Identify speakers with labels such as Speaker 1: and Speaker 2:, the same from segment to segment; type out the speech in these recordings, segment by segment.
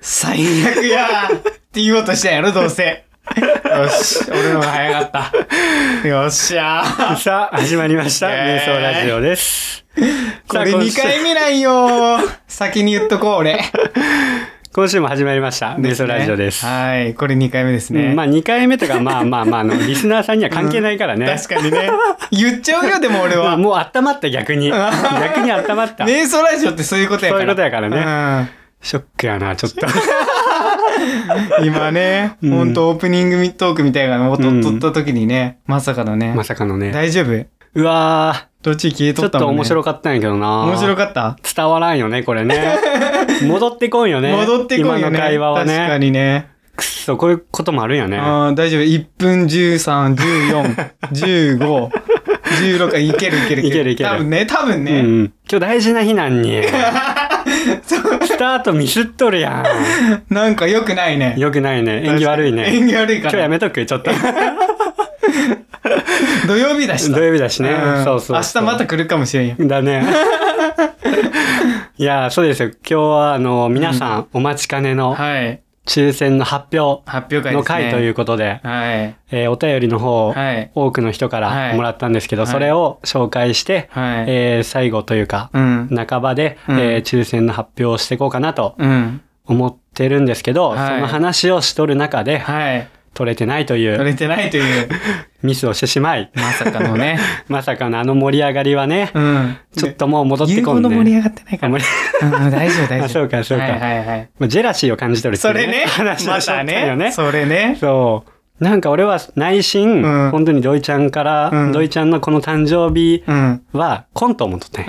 Speaker 1: 最悪やーって言おうとしたんやろ、どうせ。よし、俺のが早かった。よっしゃー。
Speaker 2: さあ、始まりました。
Speaker 1: イ
Speaker 2: 瞑
Speaker 1: エーイ
Speaker 2: 想ラジオです。
Speaker 1: これ
Speaker 2: さあ今
Speaker 1: 2
Speaker 2: 週
Speaker 1: 回目なんよー先に言っとこう、俺。
Speaker 2: 今週も始まりました。瞑想ラジオです。
Speaker 1: はい、これ2回目ですね。
Speaker 2: うんまあ、2回目とか、まあまあまあ、あの、リスナーさんには関係ないからね。
Speaker 1: 確かにね。言っちゃうよ、でも俺
Speaker 2: まあ
Speaker 1: は。
Speaker 2: もう温まった、逆に。逆に温まった。
Speaker 1: 瞑想ラジオってそういうことやから。
Speaker 2: そういうことやから
Speaker 1: ね。
Speaker 2: ショックやな、ちょ っと。
Speaker 1: 今ね、
Speaker 2: うん
Speaker 1: ほんとオープニングトークみたいなのをと
Speaker 2: うん
Speaker 1: 撮った時にね、まさかのね。
Speaker 2: まさかのね。
Speaker 1: 大丈夫
Speaker 2: うわ
Speaker 1: どっち消え
Speaker 2: ーち
Speaker 1: と
Speaker 2: ょ
Speaker 1: っ
Speaker 2: った
Speaker 1: も
Speaker 2: と
Speaker 1: ん、ね、
Speaker 2: 面白かったんやけどな。
Speaker 1: 面白かった
Speaker 2: 伝わらんよね、これね。戻ってこんよね。
Speaker 1: 戻ってこいよ
Speaker 2: 今
Speaker 1: ね。
Speaker 2: の会話は
Speaker 1: 確か
Speaker 2: ね。
Speaker 1: にね。
Speaker 2: くっそ、こういうこともあるんやね。
Speaker 1: あー大丈夫。1分13、14、15、16いけるいける
Speaker 2: いけるいける
Speaker 1: 多分ね、多分
Speaker 2: うんう
Speaker 1: ね。
Speaker 2: ん、今日大事な日な んに。スタートミスっとるや
Speaker 1: なんか良くない
Speaker 2: ん。
Speaker 1: ね。
Speaker 2: よくないね。縁起悪いね。
Speaker 1: 演技悪い
Speaker 2: 今
Speaker 1: か
Speaker 2: 日や
Speaker 1: ら。
Speaker 2: めとく ちょっと。
Speaker 1: 土曜日だし
Speaker 2: 土曜日だしね
Speaker 1: うん。
Speaker 2: そうそうそう
Speaker 1: 明日また来るかもしれんよ。
Speaker 2: だね。 いや、そうですよ。今日は、あの、皆さんお待ちかねの
Speaker 1: はい。
Speaker 2: 抽選の発表
Speaker 1: 発表会ですね。。
Speaker 2: の回といううことで、
Speaker 1: はい。
Speaker 2: えーお便りの方を
Speaker 1: はい。
Speaker 2: 多くの人か
Speaker 1: は
Speaker 2: ら
Speaker 1: い
Speaker 2: もらったんですけど、
Speaker 1: はい
Speaker 2: それを紹介して、
Speaker 1: はい。
Speaker 2: えー最後というか、
Speaker 1: うん。
Speaker 2: 半ばで、
Speaker 1: うん
Speaker 2: えー抽選の発表をしていこうかなと
Speaker 1: うん。
Speaker 2: 思ってるんですけど、
Speaker 1: はい
Speaker 2: その話をしとる中で、
Speaker 1: はい。
Speaker 2: 取れてないとい
Speaker 1: 取
Speaker 2: う
Speaker 1: れてないという、
Speaker 2: ミスをしてし まい、
Speaker 1: まさかのね。
Speaker 2: まさかのあの盛り上がりはね、
Speaker 1: うん。
Speaker 2: ちょっともう戻って
Speaker 1: 言う
Speaker 2: こ
Speaker 1: ほ
Speaker 2: ん
Speaker 1: ど
Speaker 2: で、
Speaker 1: 盛り上がってない
Speaker 2: あ
Speaker 1: か
Speaker 2: 盛
Speaker 1: ら。
Speaker 2: り
Speaker 1: うん、大丈夫、大丈夫。
Speaker 2: あそうかそうか
Speaker 1: はいはいはい。
Speaker 2: まあジェラシーを感じ取るってい
Speaker 1: そう
Speaker 2: ね、
Speaker 1: れね
Speaker 2: 話を
Speaker 1: ま
Speaker 2: しとったたよ
Speaker 1: ね、
Speaker 2: ね。
Speaker 1: それね。
Speaker 2: そう。なんか俺は内心、
Speaker 1: うん
Speaker 2: 本当に土井ちゃんから、
Speaker 1: うん
Speaker 2: 土井ちゃんのこの誕生日
Speaker 1: うん。
Speaker 2: は来んと思っとって、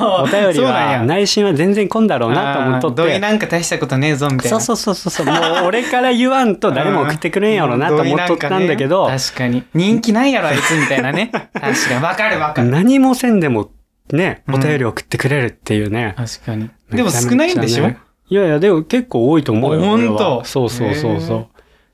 Speaker 1: お
Speaker 2: お便りは内心は全然来んだろうなと思っとって。
Speaker 1: 土井なんか大したことねえぞみたい
Speaker 2: そ
Speaker 1: な。
Speaker 2: うそうそうそう。もう俺から言わんと誰も送ってくれんやろなと思っとったんだけ
Speaker 1: う
Speaker 2: ど
Speaker 1: 土井なんかね、確かに。人気ないやろ、あいつみたいな ね。確かに。わかるわかる。
Speaker 2: 何もせんでもね、
Speaker 1: うん
Speaker 2: お便り送ってくれるっていうね。
Speaker 1: 確かに。でも少ないんでしょ
Speaker 2: めちゃめちゃねいやいや、でも結構多いと思うよ。
Speaker 1: ほんと
Speaker 2: 俺はそうそうそうそ
Speaker 1: へ
Speaker 2: う。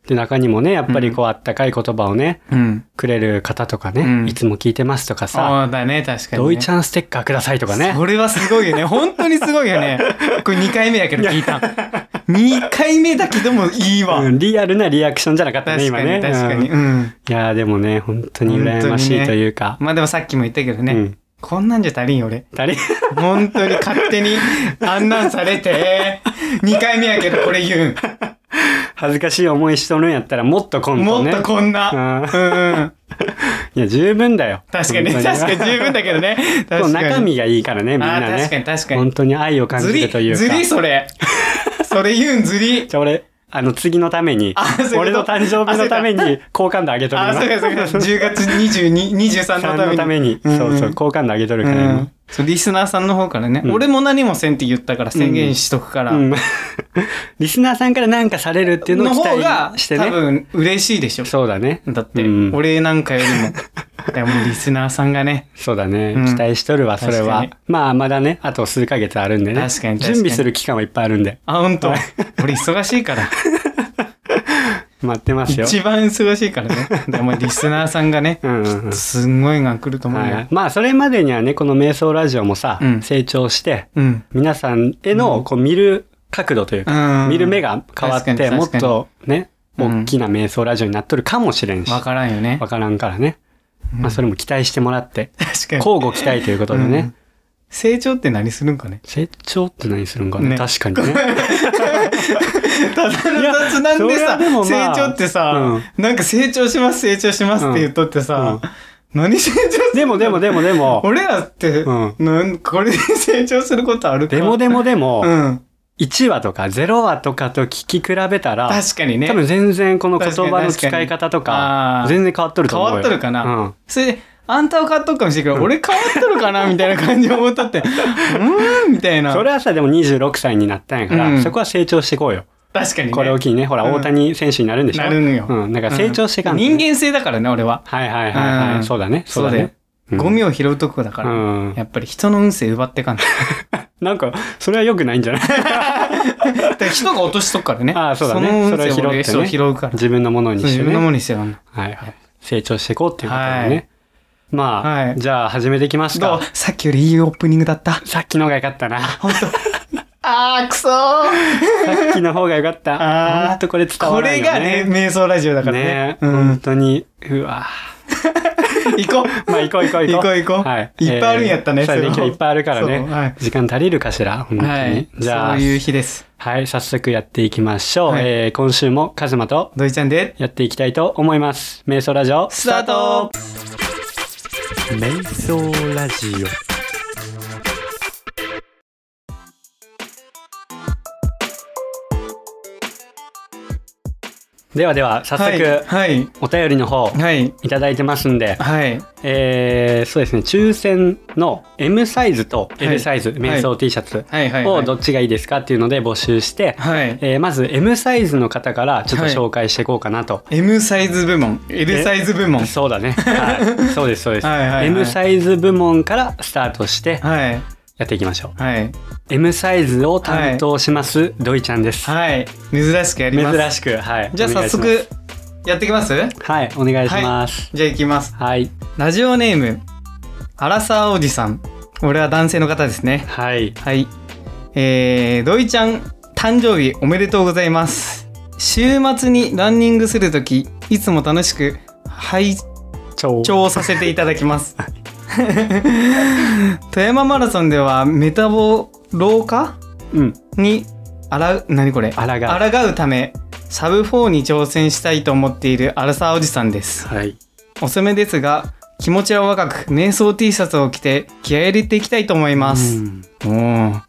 Speaker 2: で、中にもね、やっぱりこう、あったかい言葉をね、
Speaker 1: うん。
Speaker 2: くれる方とかね、
Speaker 1: うん
Speaker 2: いつも聞いてますとかさ、
Speaker 1: そうだね、確かにね。
Speaker 2: ドイちゃんステッカーくださいとかね。
Speaker 1: それはすごいよね。本当にすごいよ ね。これ2回目やけど聞いたん。2回目だけどもいいわ。
Speaker 2: うんリアルなリアクションじゃなかったね、
Speaker 1: 確
Speaker 2: 今
Speaker 1: か
Speaker 2: ね。
Speaker 1: に、確かに。
Speaker 2: うん
Speaker 1: うん。
Speaker 2: いやーでもね、本当に羨ましいというか。
Speaker 1: まあでもさっきも言ったけどね。
Speaker 2: うん
Speaker 1: こんなんじゃ足りんよ、俺。
Speaker 2: 誰
Speaker 1: 本当に勝手にあんなんされて、2回目やけどこれ言
Speaker 2: 恥ずかしい思いしとるんやったら、もっと
Speaker 1: う
Speaker 2: 今
Speaker 1: ん。
Speaker 2: 度
Speaker 1: もっ
Speaker 2: ね。
Speaker 1: とこんな。
Speaker 2: うん
Speaker 1: うんうん。
Speaker 2: いや、十分だよ。
Speaker 1: 確かに、
Speaker 2: 本
Speaker 1: 確
Speaker 2: 当
Speaker 1: かに十分だけどね。
Speaker 2: でも
Speaker 1: 確かに。
Speaker 2: 中身がいいからね、みん
Speaker 1: あ
Speaker 2: な
Speaker 1: あー、確か
Speaker 2: ね。
Speaker 1: に確かに。
Speaker 2: 本当に愛を感じ
Speaker 1: ず
Speaker 2: るとい
Speaker 1: り、
Speaker 2: うか。
Speaker 1: ずりそれ。それ言うんずり。
Speaker 2: じゃあ俺、あの、次のために
Speaker 1: あそういうこ、と
Speaker 2: 俺の誕生日のために、好感度上げとる
Speaker 1: ああ、そうかそうか。
Speaker 2: 今。
Speaker 1: 10月22、23
Speaker 2: 3の
Speaker 1: のた
Speaker 2: た
Speaker 1: めに。
Speaker 2: め
Speaker 1: う
Speaker 2: に、
Speaker 1: ん
Speaker 2: そうそう、好感度上げとる
Speaker 1: う
Speaker 2: から
Speaker 1: ん
Speaker 2: 今。
Speaker 1: そうリスナーさんの方からね、
Speaker 2: うん
Speaker 1: 俺も何もせんって言ったから宣言しとくから、
Speaker 2: うん。リスナーさんからなんかされるっていうのを
Speaker 1: の
Speaker 2: 期
Speaker 1: 方が
Speaker 2: 待して
Speaker 1: 多
Speaker 2: ね。
Speaker 1: 分嬉しいでしょ
Speaker 2: そうだね。
Speaker 1: だって、
Speaker 2: うん
Speaker 1: 俺なんかよりも。でもリスナーさんがね、
Speaker 2: そうだね
Speaker 1: うん。
Speaker 2: 期待しとるわ、それは
Speaker 1: 確か。
Speaker 2: まあ、まだね、あと数ヶ月あるんでね。
Speaker 1: 確かに確か
Speaker 2: 準
Speaker 1: に
Speaker 2: 備する期間はいっぱいあるんで。
Speaker 1: あ、ほんと、俺忙しいから、
Speaker 2: 待ってますよ。
Speaker 1: 一番忙しいから ね。でもリスナーさんがね、
Speaker 2: うんうんうん。
Speaker 1: すんごいが来ると思うよ。
Speaker 2: はい、まあそれまでにはねこの瞑想ラジオもさ、
Speaker 1: うん
Speaker 2: 成長して
Speaker 1: うん。
Speaker 2: 皆さんへのこう見る角度というか、
Speaker 1: うん。
Speaker 2: 見る目が変わっ
Speaker 1: 確か
Speaker 2: て
Speaker 1: に
Speaker 2: もっ
Speaker 1: 確かに
Speaker 2: とね
Speaker 1: うん
Speaker 2: 大きな瞑想ラジオになっとるかもしれんし、
Speaker 1: わからんよね。
Speaker 2: わからんからね、まあ、それも期待してもらって
Speaker 1: 確かに。
Speaker 2: 交互期待ということでね、
Speaker 1: うん成長って何するんかね。
Speaker 2: 成長って何するんかね
Speaker 1: ね
Speaker 2: 確かにね
Speaker 1: ただの雑談で
Speaker 2: いやそれは
Speaker 1: さ、
Speaker 2: でも
Speaker 1: 成
Speaker 2: まあ
Speaker 1: 長ってさ、なんか成長します、成長しますって言っとってさ、何成長する
Speaker 2: でもでもでもでも
Speaker 1: 俺らって、
Speaker 2: うん
Speaker 1: なんこれで成長することあるか
Speaker 2: でもでもで
Speaker 1: う
Speaker 2: も
Speaker 1: ん。
Speaker 2: 1話とか0話とかと聞き比べたら
Speaker 1: 確かにね。
Speaker 2: 多分全然この言
Speaker 1: 確
Speaker 2: 葉
Speaker 1: か
Speaker 2: の
Speaker 1: に確かに
Speaker 2: 使い方と
Speaker 1: あ
Speaker 2: か
Speaker 1: ー
Speaker 2: 全然変わっとると
Speaker 1: 変
Speaker 2: 思うよ
Speaker 1: わっとるかな。
Speaker 2: うん
Speaker 1: それで、あんたは変わっとるかもしれんけど、俺変わっとるかなみたいな感じで思った って、うーんみたいな。
Speaker 2: それはさ、でも26歳になったんやから、
Speaker 1: うん
Speaker 2: そこは成長していこうよ。
Speaker 1: 確かにね。
Speaker 2: これを機にね、ほら、
Speaker 1: うん
Speaker 2: 大谷選手になるんでしょ
Speaker 1: なるのよ
Speaker 2: うん、なんか成長していかんとね、
Speaker 1: 人間性だからね、俺は。
Speaker 2: はいはいはいはい、
Speaker 1: うん
Speaker 2: そうだね。そうだね。うん
Speaker 1: ゴミを拾うとこだから。
Speaker 2: うん
Speaker 1: やっぱり人の運勢奪ってかんと。
Speaker 2: なんか、それは良くないんじ ゃない
Speaker 1: だから 人が落としとくからね。
Speaker 2: あーそうだね
Speaker 1: の運勢
Speaker 2: それを拾ってね
Speaker 1: 俺そう拾うから。
Speaker 2: 自分のものに
Speaker 1: そう
Speaker 2: して
Speaker 1: 自分
Speaker 2: ね。
Speaker 1: のものにしてるの。
Speaker 2: はいはい。成長していこうっていうことだね。
Speaker 1: は
Speaker 2: まあ、
Speaker 1: はい
Speaker 2: じゃあ始めていきます
Speaker 1: どう
Speaker 2: か。
Speaker 1: さっきよりいいオープニングだった。
Speaker 2: さっきのが良かったな。
Speaker 1: 本当。あー、くそー。
Speaker 2: さっきの方が良かった。
Speaker 1: あー
Speaker 2: ほんとこれ伝
Speaker 1: こ
Speaker 2: わらな
Speaker 1: れ
Speaker 2: いよ
Speaker 1: がね、。瞑想ラジオだからね。
Speaker 2: ね、
Speaker 1: う
Speaker 2: 本
Speaker 1: ん。
Speaker 2: 当に、うわ
Speaker 1: 行こう。
Speaker 2: まあ行こう行こう
Speaker 1: 行
Speaker 2: 行
Speaker 1: こ
Speaker 2: こ
Speaker 1: う
Speaker 2: う。
Speaker 1: 行こう
Speaker 2: はい。
Speaker 1: いっぱいあるんやったね
Speaker 2: えーそうやね、
Speaker 1: そ
Speaker 2: 今
Speaker 1: の
Speaker 2: 日いっぱいあるからね。
Speaker 1: そうはい
Speaker 2: 時間足りるかしら本当に。
Speaker 1: はい。
Speaker 2: じゃあ、
Speaker 1: そういう日です。
Speaker 2: はい、早速やっていきましょう。
Speaker 1: はい
Speaker 2: えー今週もカズマと
Speaker 1: ドイちゃんで、
Speaker 2: やっていきたいと思います。瞑想ラジオ、
Speaker 1: スタート
Speaker 2: 瞑想ラジオ。ではでは、早
Speaker 1: はい。
Speaker 2: 速、
Speaker 1: はい。
Speaker 2: お便りの方、
Speaker 1: はい。
Speaker 2: いただいてますんで、
Speaker 1: はい。
Speaker 2: えー、そうですね、抽選の M サイズ
Speaker 1: は
Speaker 2: と L
Speaker 1: い
Speaker 2: サイズ、瞑想 T シャツ
Speaker 1: はい。はい。
Speaker 2: をどっちがいいですかっていうので募集して、
Speaker 1: はい。
Speaker 2: えーまず M サイズの方からちょっと紹介していこうかなと。
Speaker 1: M サイズ部門、L サイズ部門。
Speaker 2: そう だね。はい、そうです、そうです。
Speaker 1: はいはいはい
Speaker 2: M サイズ部門からスタートして
Speaker 1: はい。
Speaker 2: やっていきましょう。
Speaker 1: はい。
Speaker 2: M サイズを担当します、ドイちゃんです。
Speaker 1: はい。珍しくやります。
Speaker 2: 珍しく、はい。
Speaker 1: じゃあ
Speaker 2: お願
Speaker 1: 早
Speaker 2: いします。
Speaker 1: 速、やってきますじ
Speaker 2: はい、お願いします。
Speaker 1: ゃあ行きます。
Speaker 2: はい。
Speaker 1: ラジオネーム、アラサーおじさん。俺は男性の方ですね。
Speaker 2: はい。
Speaker 1: はい。えー、土井ちゃん、誕生日おめでとうございます。週末にランニングするとき、いつも楽しく拝
Speaker 2: 超
Speaker 1: 聴させていただき ます。富山マラソンではメタボ老化
Speaker 2: うん。
Speaker 1: にあらう、何これ
Speaker 2: 抗う
Speaker 1: 抗うため、サブ4に挑戦したいと思っているアラサーおじさんです。
Speaker 2: はい。
Speaker 1: おすめですが、気持ちは若く、瞑想 T シャツを着て気合い入れていきたいと思います。
Speaker 2: うん
Speaker 1: おー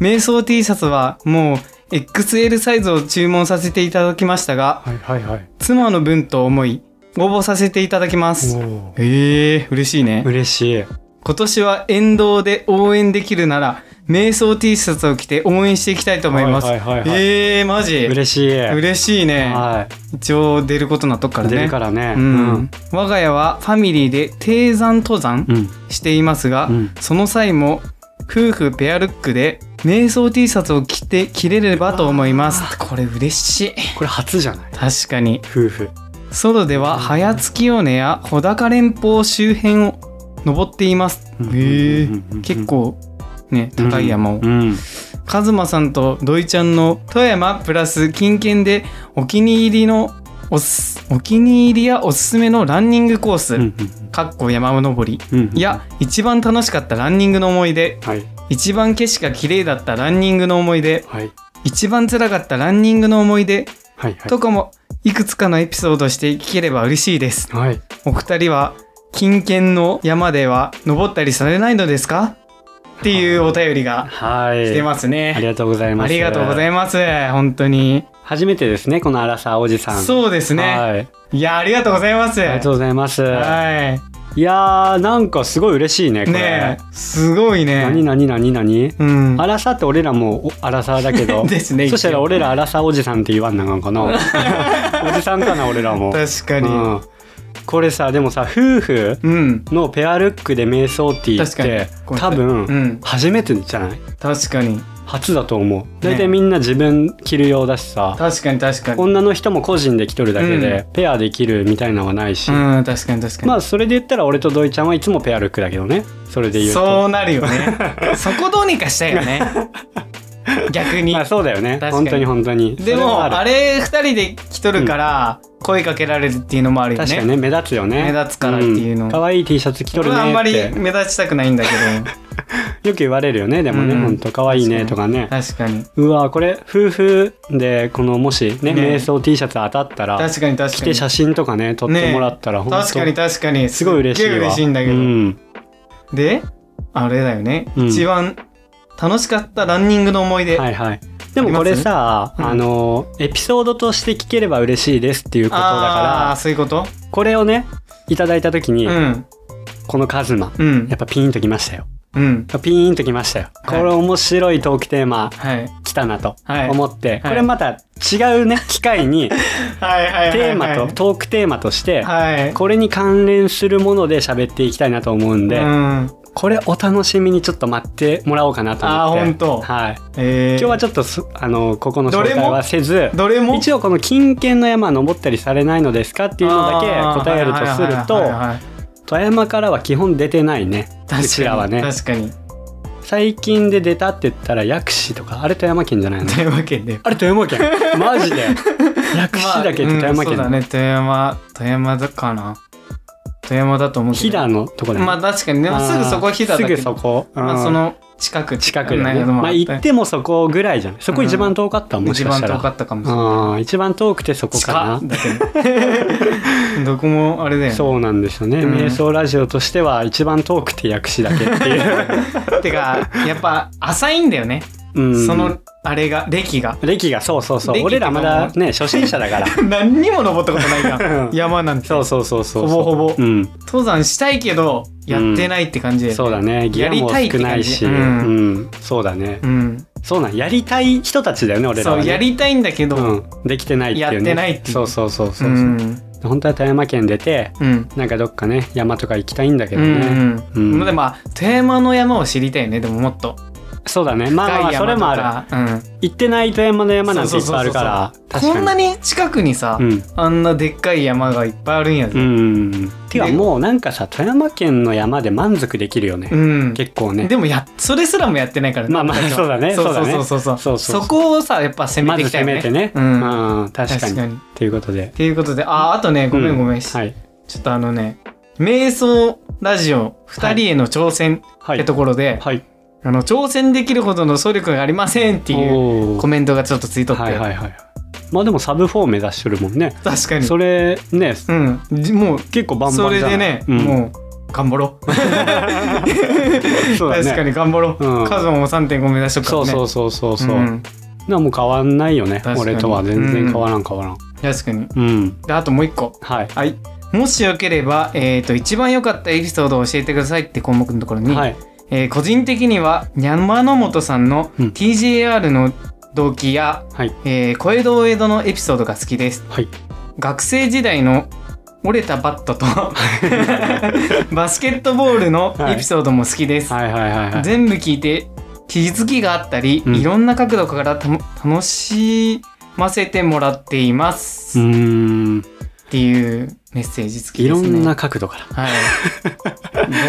Speaker 1: 瞑想 T シャツはもう XL サイズを注文させていただきましたが
Speaker 2: はいはいはい。
Speaker 1: 妻の分と思い応募させていただきます
Speaker 2: お
Speaker 1: ええー、嬉しいね
Speaker 2: ー嬉しい。
Speaker 1: 今年は沿道で応援できるなら瞑想 T シャツを着て応援していきたいと思います、
Speaker 2: はいはいはいはい
Speaker 1: ええー、マジ
Speaker 2: 嬉しい。
Speaker 1: 嬉しいね
Speaker 2: は
Speaker 1: 一応出ることなっとくか
Speaker 2: い。
Speaker 1: らね
Speaker 2: 出るからね。
Speaker 1: うん我が家はファミリーで低山登山、
Speaker 2: うん。うん。
Speaker 1: していますが、
Speaker 2: うん
Speaker 1: その際も夫婦ペアルックで瞑想 T シャツを着て着れればと思いますこれ嬉しい
Speaker 2: これ初じゃない
Speaker 1: 確かに
Speaker 2: 夫婦。
Speaker 1: ソロでは早月尾根や穂高連峰周辺を登っていますへえ
Speaker 2: うんうんうんうん
Speaker 1: 結構ね高い山を、
Speaker 2: うん。
Speaker 1: カズマさんと土井ちゃんの富山プラス近県でお気に入りのおすお気に入りやおすすめのランニングコース、
Speaker 2: うん
Speaker 1: かっこ山登り
Speaker 2: うんうん
Speaker 1: いや一番楽しかったランニングの思い出
Speaker 2: はい
Speaker 1: 一番景色が綺麗だったランニングの思い出
Speaker 2: はい
Speaker 1: 一番辛かったランニングの思い出
Speaker 2: はいはい
Speaker 1: とかもいくつかのエピソードして聞ければ嬉しいです
Speaker 2: はい
Speaker 1: お二人は近県の山では登ったりされないのですかっていうお便りが
Speaker 2: はい
Speaker 1: 来てます
Speaker 2: あり
Speaker 1: ね
Speaker 2: がとうござい
Speaker 1: あ
Speaker 2: ます
Speaker 1: りがとうございます本当に
Speaker 2: 初めてですねこのアラサーおじさんう
Speaker 1: そうですね
Speaker 2: はい
Speaker 1: いやありがとうございます
Speaker 2: ありがとうございます
Speaker 1: はい
Speaker 2: やーなんかすごい嬉しいね
Speaker 1: い
Speaker 2: これ
Speaker 1: ねえすごい
Speaker 2: 何
Speaker 1: ね
Speaker 2: 何何何
Speaker 1: うん
Speaker 2: アラサーって俺らもおアラサーだけど
Speaker 1: ですね
Speaker 2: そしたら俺らアラサーおじさんって言わんなあかん かなおじさんかな俺らも
Speaker 1: 確かに
Speaker 2: うんこれさでもさ夫婦
Speaker 1: うん
Speaker 2: のペアルックで瞑想ティーっ
Speaker 1: 確かに
Speaker 2: て多分、
Speaker 1: うん
Speaker 2: 初めてじゃない
Speaker 1: 確かに
Speaker 2: 初だと思う大体みんな自分着る用だしさ、
Speaker 1: 確かに確かに
Speaker 2: 女の人も個人で着とるだけで、ペアできるみたいなのはないし、
Speaker 1: うん確かに確かに
Speaker 2: まあそれで言ったら俺と土井ちゃんはいつもペアルックだけどねそれで言うと
Speaker 1: そうなるよ ねそこどうにかしたいよね逆に
Speaker 2: まあそうだよね
Speaker 1: 確かに
Speaker 2: 本当に本当に
Speaker 1: で
Speaker 2: それ
Speaker 1: も
Speaker 2: は
Speaker 1: あ
Speaker 2: る
Speaker 1: れ二人で来とるから声かけられるっていうのもあるよね
Speaker 2: 確かにね目立つよね
Speaker 1: 目立つからっていうの
Speaker 2: ん可愛、い T シャツ着と
Speaker 1: 俺
Speaker 2: るね
Speaker 1: はあんま
Speaker 2: っ
Speaker 1: り
Speaker 2: て
Speaker 1: 目立ちたくないんだけ
Speaker 2: よく言われるよねでもね、
Speaker 1: うん
Speaker 2: ほんと可愛いねとかね
Speaker 1: ど確かに
Speaker 2: うわこれ夫婦でこのもしね
Speaker 1: ね
Speaker 2: 瞑想 T シャツ当たったら
Speaker 1: 確かに確
Speaker 2: 着
Speaker 1: かに
Speaker 2: て写真とかね撮ってもらったら、ほんと
Speaker 1: 確かに確かに
Speaker 2: すごい嬉しい
Speaker 1: すっげえ
Speaker 2: わ
Speaker 1: 嬉しいんだけど、
Speaker 2: うん
Speaker 1: であれだよね、
Speaker 2: うん
Speaker 1: 一番楽しかったランニングの思い出、
Speaker 2: はいはい。でもこれさ、
Speaker 1: うん
Speaker 2: あの、エピソードとして聞ければ嬉しいですっていうことだ
Speaker 1: ああー
Speaker 2: か
Speaker 1: そういうこと
Speaker 2: ら、これをね、いただいたときに、
Speaker 1: うん
Speaker 2: このカズマ、
Speaker 1: うん
Speaker 2: やっぱピンときましたよ。
Speaker 1: うん
Speaker 2: ピーンときましたよ。こ
Speaker 1: はい
Speaker 2: れ面白いトークテーマ
Speaker 1: はい
Speaker 2: 来たなと
Speaker 1: はい
Speaker 2: 思って、
Speaker 1: い
Speaker 2: これまた違 うね、機会に、
Speaker 1: はいはいはいはい
Speaker 2: テーマと、トークテーマとして、
Speaker 1: はい
Speaker 2: これに関連するもので喋っていきたいなと思うんで、
Speaker 1: うん
Speaker 2: これお楽しみにちょっと待ってもらおうかなと思って。
Speaker 1: あーほんと
Speaker 2: はい。
Speaker 1: えー、
Speaker 2: 今日はちょっとそ、あの、ここの
Speaker 1: ど
Speaker 2: 紹
Speaker 1: れ
Speaker 2: 介
Speaker 1: も
Speaker 2: はせず、
Speaker 1: どれも
Speaker 2: 一応この金券の山は登ったりされないのですかっていうのだけ答えるとする
Speaker 1: あーはいはいはい
Speaker 2: と
Speaker 1: はいはい
Speaker 2: 富山からは基本出てないね
Speaker 1: 確かに
Speaker 2: うちらはね
Speaker 1: 確かに
Speaker 2: 最近で出たって言ったら薬師とかあれ富山県じゃ ないの
Speaker 1: というわけで。
Speaker 2: あれ富山県マ ジで薬師だけって富山県
Speaker 1: まあうんそうだね、富山、富山だかな。富山だと思うけ
Speaker 2: 飛
Speaker 1: ど。
Speaker 2: 騨のとこだよね
Speaker 1: まあ確かに、でもすぐそこは飛騨だけど。
Speaker 2: すぐそこ、うん
Speaker 1: まあその近く
Speaker 2: 近くで、
Speaker 1: なる
Speaker 2: ね、
Speaker 1: ほど
Speaker 2: まあ行ってもそこぐらいじゃないそこ一番遠かった、もし
Speaker 1: 一
Speaker 2: か
Speaker 1: 番
Speaker 2: したら
Speaker 1: 遠かったかもしれない。
Speaker 2: うん一番遠くてそこ
Speaker 1: 近
Speaker 2: か
Speaker 1: っだけ どどこもあれだよ
Speaker 2: な
Speaker 1: ね。
Speaker 2: そうなんですよね、
Speaker 1: うん
Speaker 2: 瞑想ラジオとしては一番遠くて薬師だけっ ていう、
Speaker 1: てかやっぱ浅いんだよね、
Speaker 2: うん、
Speaker 1: そのあれが歴が
Speaker 2: 歴がそうそうそう
Speaker 1: 歴
Speaker 2: 俺らまだね初心者 だから
Speaker 1: 何にも登ったことないから
Speaker 2: うん
Speaker 1: 山なんて
Speaker 2: そうそうそうそう
Speaker 1: ほぼほぼ
Speaker 2: うん
Speaker 1: 登山したいけどやってないって感じで、うん
Speaker 2: そうだねギアも
Speaker 1: やりたいって
Speaker 2: 少
Speaker 1: 感じ
Speaker 2: ないし
Speaker 1: うん
Speaker 2: うんそうだねそうなんやりたい人たちだよね俺ら
Speaker 1: そ
Speaker 2: はね
Speaker 1: うやりたいんだけど、うん
Speaker 2: うんできてないっていうね
Speaker 1: やってないっていう
Speaker 2: そうそうそうそううそうん本当は富山県出て
Speaker 1: うん
Speaker 2: なんかどっかね山とか行きたいんだけど
Speaker 1: う
Speaker 2: ね、
Speaker 1: んう
Speaker 2: うん
Speaker 1: ん、でまあテーマの山を知りたいよねでももっと
Speaker 2: そうだねまあまあまあそれもある
Speaker 1: る、うん、
Speaker 2: 行ってない富山の山なんていっぱいあるから確かに
Speaker 1: こんなに近くにさ、
Speaker 2: うん
Speaker 1: あんなでっかい山がいっぱいあるんや
Speaker 2: う
Speaker 1: で、
Speaker 2: んうんうんてかもうなんかさ富山県の山で満足できるよね、
Speaker 1: うん、
Speaker 2: 結構ね
Speaker 1: でもやそれすらもやってないから
Speaker 2: まあまあ
Speaker 1: 僕たちは
Speaker 2: そうだね
Speaker 1: そう
Speaker 2: そうだね
Speaker 1: そうそうそう
Speaker 2: そ
Speaker 1: そうう
Speaker 2: そうそう
Speaker 1: そこをさやっぱ攻め
Speaker 2: ま
Speaker 1: てい
Speaker 2: ず
Speaker 1: きたい
Speaker 2: 攻
Speaker 1: よね、
Speaker 2: めてね、
Speaker 1: うん
Speaker 2: うん確か
Speaker 1: 確か
Speaker 2: に
Speaker 1: にっ
Speaker 2: ということで
Speaker 1: ていうことでああとねごめんごめん、
Speaker 2: うはい
Speaker 1: ちょっとあのね瞑想ラジオ2人への挑戦
Speaker 2: は
Speaker 1: って
Speaker 2: い
Speaker 1: ところで、
Speaker 2: はい
Speaker 1: あの挑戦できるほどの総力がありませんっていう
Speaker 2: おー
Speaker 1: コメントがちょっとついとって、
Speaker 2: はいはいはいまあでもサブ4目指してるもんね
Speaker 1: 確かに
Speaker 2: それね
Speaker 1: うんじもう
Speaker 2: 結構バンバンじゃ
Speaker 1: そ
Speaker 2: ない
Speaker 1: れでね、
Speaker 2: うん
Speaker 1: もう頑張ろう
Speaker 2: そうだ ね
Speaker 1: 確かに頑張ろう、
Speaker 2: うん
Speaker 1: カズマも3.5目指しとくから
Speaker 2: そ
Speaker 1: ね
Speaker 2: うそうそうそうそう、
Speaker 1: うん
Speaker 2: なもう変わんないよね
Speaker 1: 確かに
Speaker 2: 俺とは全然変わらん変わらん
Speaker 1: 確かに
Speaker 2: うん、
Speaker 1: であともう一個
Speaker 2: はい
Speaker 1: はい。もしよければ、えっ、と、一番良かったエピソードを教えてくださいって項目のところに、
Speaker 2: はい
Speaker 1: えー個人的には、山野本さんの
Speaker 2: うん
Speaker 1: TJR の動機や、
Speaker 2: はい
Speaker 1: えー小江戸大江戸のエピソードが好きです。
Speaker 2: はい
Speaker 1: 学生時代の折れたバットと バスケットボールのエピソードも好きです。
Speaker 2: はいはいはいはい
Speaker 1: 全部聞いて気づきがあったり、
Speaker 2: うん
Speaker 1: いろんな角度からたも楽しませてもらっています。
Speaker 2: う
Speaker 1: っ
Speaker 2: ーん
Speaker 1: ていうメッセージ付き
Speaker 2: い
Speaker 1: で
Speaker 2: ろ
Speaker 1: すね。
Speaker 2: んな角度か
Speaker 1: はい。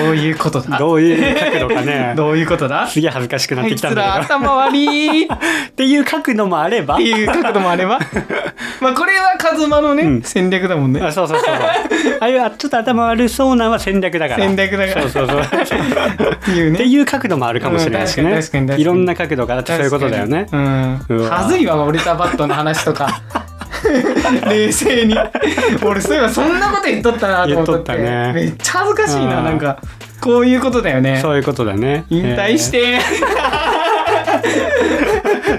Speaker 1: どういうこと
Speaker 2: ら
Speaker 1: だ。
Speaker 2: どういう角度か ね
Speaker 1: どういうことだ。
Speaker 2: すげえ恥ずかしくな
Speaker 1: あ
Speaker 2: って
Speaker 1: い
Speaker 2: きた
Speaker 1: つ
Speaker 2: んだ
Speaker 1: ら
Speaker 2: けど
Speaker 1: 頭悪いっ
Speaker 2: っていう角度もあれば
Speaker 1: ていう角度もあれば、 まあこれはカズマのね、
Speaker 2: うん
Speaker 1: 戦略だもんね。
Speaker 2: あそうそうそうそう ああいうあちょっと頭悪そうなんは戦略だから
Speaker 1: 戦略だから
Speaker 2: そうそうそう
Speaker 1: っていう
Speaker 2: って
Speaker 1: ね。
Speaker 2: いう角度もあるかもしれないですね、
Speaker 1: うん確かに確かに確かに
Speaker 2: いろんな角度からってそういうことだよね
Speaker 1: 確かに
Speaker 2: う
Speaker 1: うん。
Speaker 2: わ
Speaker 1: はずいわ折れたバットの話と か。冷静に俺そういえばそんなこと言っとったなと思っとって
Speaker 2: 言っとったね
Speaker 1: めっちゃ恥ずかしいな
Speaker 2: うん
Speaker 1: なんかこういうことだよね
Speaker 2: そういうことだね
Speaker 1: 引退してて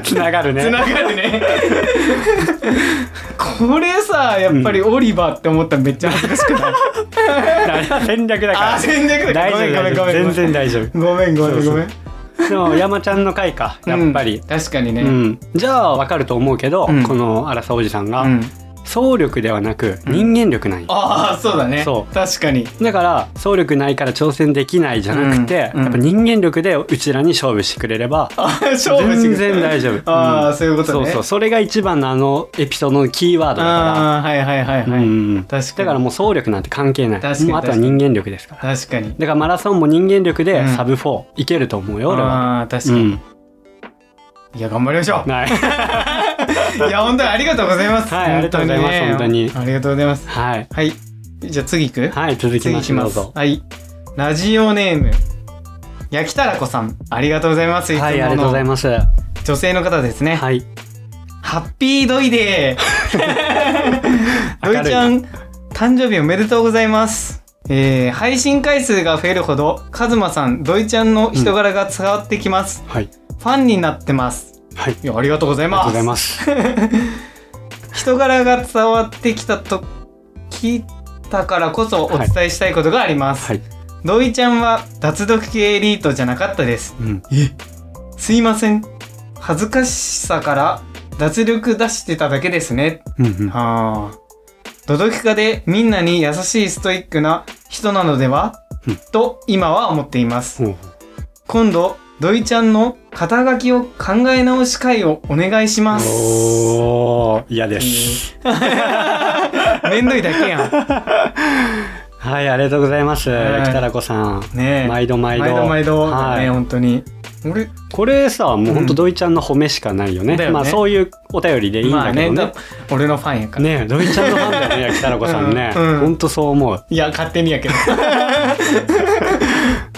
Speaker 2: つながるね
Speaker 1: つながるね これさやっぱりオリバーって思ったらめっちゃ恥ずかしくない、
Speaker 2: あれは 戦略だか ら
Speaker 1: あ戦略だ
Speaker 2: 大丈夫大丈夫全然大丈夫
Speaker 1: ごめんごめんごめんごめんごめん
Speaker 2: でも山ちゃんの回かやっぱ
Speaker 1: う
Speaker 2: り、
Speaker 1: ん確かにね、
Speaker 2: うんじゃあわかると思うけど、
Speaker 1: うん
Speaker 2: この荒さおじさんが、
Speaker 1: うん
Speaker 2: 総力ではなく
Speaker 1: うん
Speaker 2: 人間力ない、
Speaker 1: ああそうだね
Speaker 2: そう
Speaker 1: 確かに
Speaker 2: だから総力ないから挑戦できないじゃなくて、
Speaker 1: うんうん
Speaker 2: やっぱ人間力でうちらに勝負してくれれば
Speaker 1: あー勝負して
Speaker 2: 全
Speaker 1: くれ
Speaker 2: 然大丈夫
Speaker 1: ああ、
Speaker 2: うん
Speaker 1: そういうこと
Speaker 2: そう
Speaker 1: ね
Speaker 2: そうそれが一番のあのエピソードのキーワードだか
Speaker 1: ああはいはいはい
Speaker 2: ら、
Speaker 1: はい、
Speaker 2: うん
Speaker 1: 確か
Speaker 2: だ
Speaker 1: に
Speaker 2: からもう総力なんて関係ない
Speaker 1: 確かに
Speaker 2: もうあとは人間力ですから
Speaker 1: 確かに
Speaker 2: だからマラソンも人間力で
Speaker 1: うん
Speaker 2: サブ4いけると思うよ俺は、
Speaker 1: ああ確
Speaker 2: う
Speaker 1: かに、
Speaker 2: ん、
Speaker 1: いや頑張りましょ
Speaker 2: はい
Speaker 1: ういや本当にありがとうございます、
Speaker 2: はいありがとうございます
Speaker 1: ね
Speaker 2: 本当に
Speaker 1: ありがとうございます
Speaker 2: はい
Speaker 1: はいじゃあ次行く
Speaker 2: はい、続き
Speaker 1: 次
Speaker 2: ま
Speaker 1: い
Speaker 2: して
Speaker 1: き
Speaker 2: ど
Speaker 1: ま
Speaker 2: う
Speaker 1: す
Speaker 2: ぞ。
Speaker 1: はいラジオネーム焼きたらこさんありがとうございます
Speaker 2: はい、
Speaker 1: つ
Speaker 2: あ
Speaker 1: も
Speaker 2: りがとう
Speaker 1: の
Speaker 2: ございます。は
Speaker 1: 女性の方ですね、
Speaker 2: い、
Speaker 1: ハッピードイデー ドイちゃん誕生日おめでとうございますえー配信回数が増えるほどカズマさんドイちゃんの人柄が伝わってきます、
Speaker 2: はい、
Speaker 1: ファンになってます
Speaker 2: はい、あり
Speaker 1: いやありがとうござい
Speaker 2: がとう
Speaker 1: ま
Speaker 2: ござい
Speaker 1: す
Speaker 2: ます。
Speaker 1: 人柄が伝わってきたと聞いたからこそお伝えしたいことがあります、
Speaker 2: はい、
Speaker 1: ドイちゃんは脱毒系エリートじゃなかったです
Speaker 2: うん、
Speaker 1: すいません恥ずかしさから脱力出してただけですね
Speaker 2: うん、うん、
Speaker 1: はあドドキ科でみんなに優しいストイックな人なのでは
Speaker 2: うん
Speaker 1: と今は思っています
Speaker 2: うん
Speaker 1: 今度ドイちゃんの肩書きを考え直し会をお願いします
Speaker 2: おー、嫌です。
Speaker 1: めんどいだけ やん
Speaker 2: はい、ありがとうございます。
Speaker 1: はい
Speaker 2: 北らこさん。
Speaker 1: ねえ
Speaker 2: 毎度毎度。
Speaker 1: 毎度毎度
Speaker 2: は
Speaker 1: だね
Speaker 2: い。
Speaker 1: 本当に俺
Speaker 2: これさもうほん
Speaker 1: う
Speaker 2: と
Speaker 1: ん
Speaker 2: 土井ちゃんの褒めしかないよね,、
Speaker 1: だよね
Speaker 2: まあそういうお便りでいいん
Speaker 1: ま
Speaker 2: だ
Speaker 1: あ
Speaker 2: け
Speaker 1: ね
Speaker 2: どね、
Speaker 1: だ俺のファンやから、
Speaker 2: ねえ土井ちゃんのファンだ よね北ら子さんね、
Speaker 1: うんうん
Speaker 2: ほんとそう思う
Speaker 1: いや勝手にや けど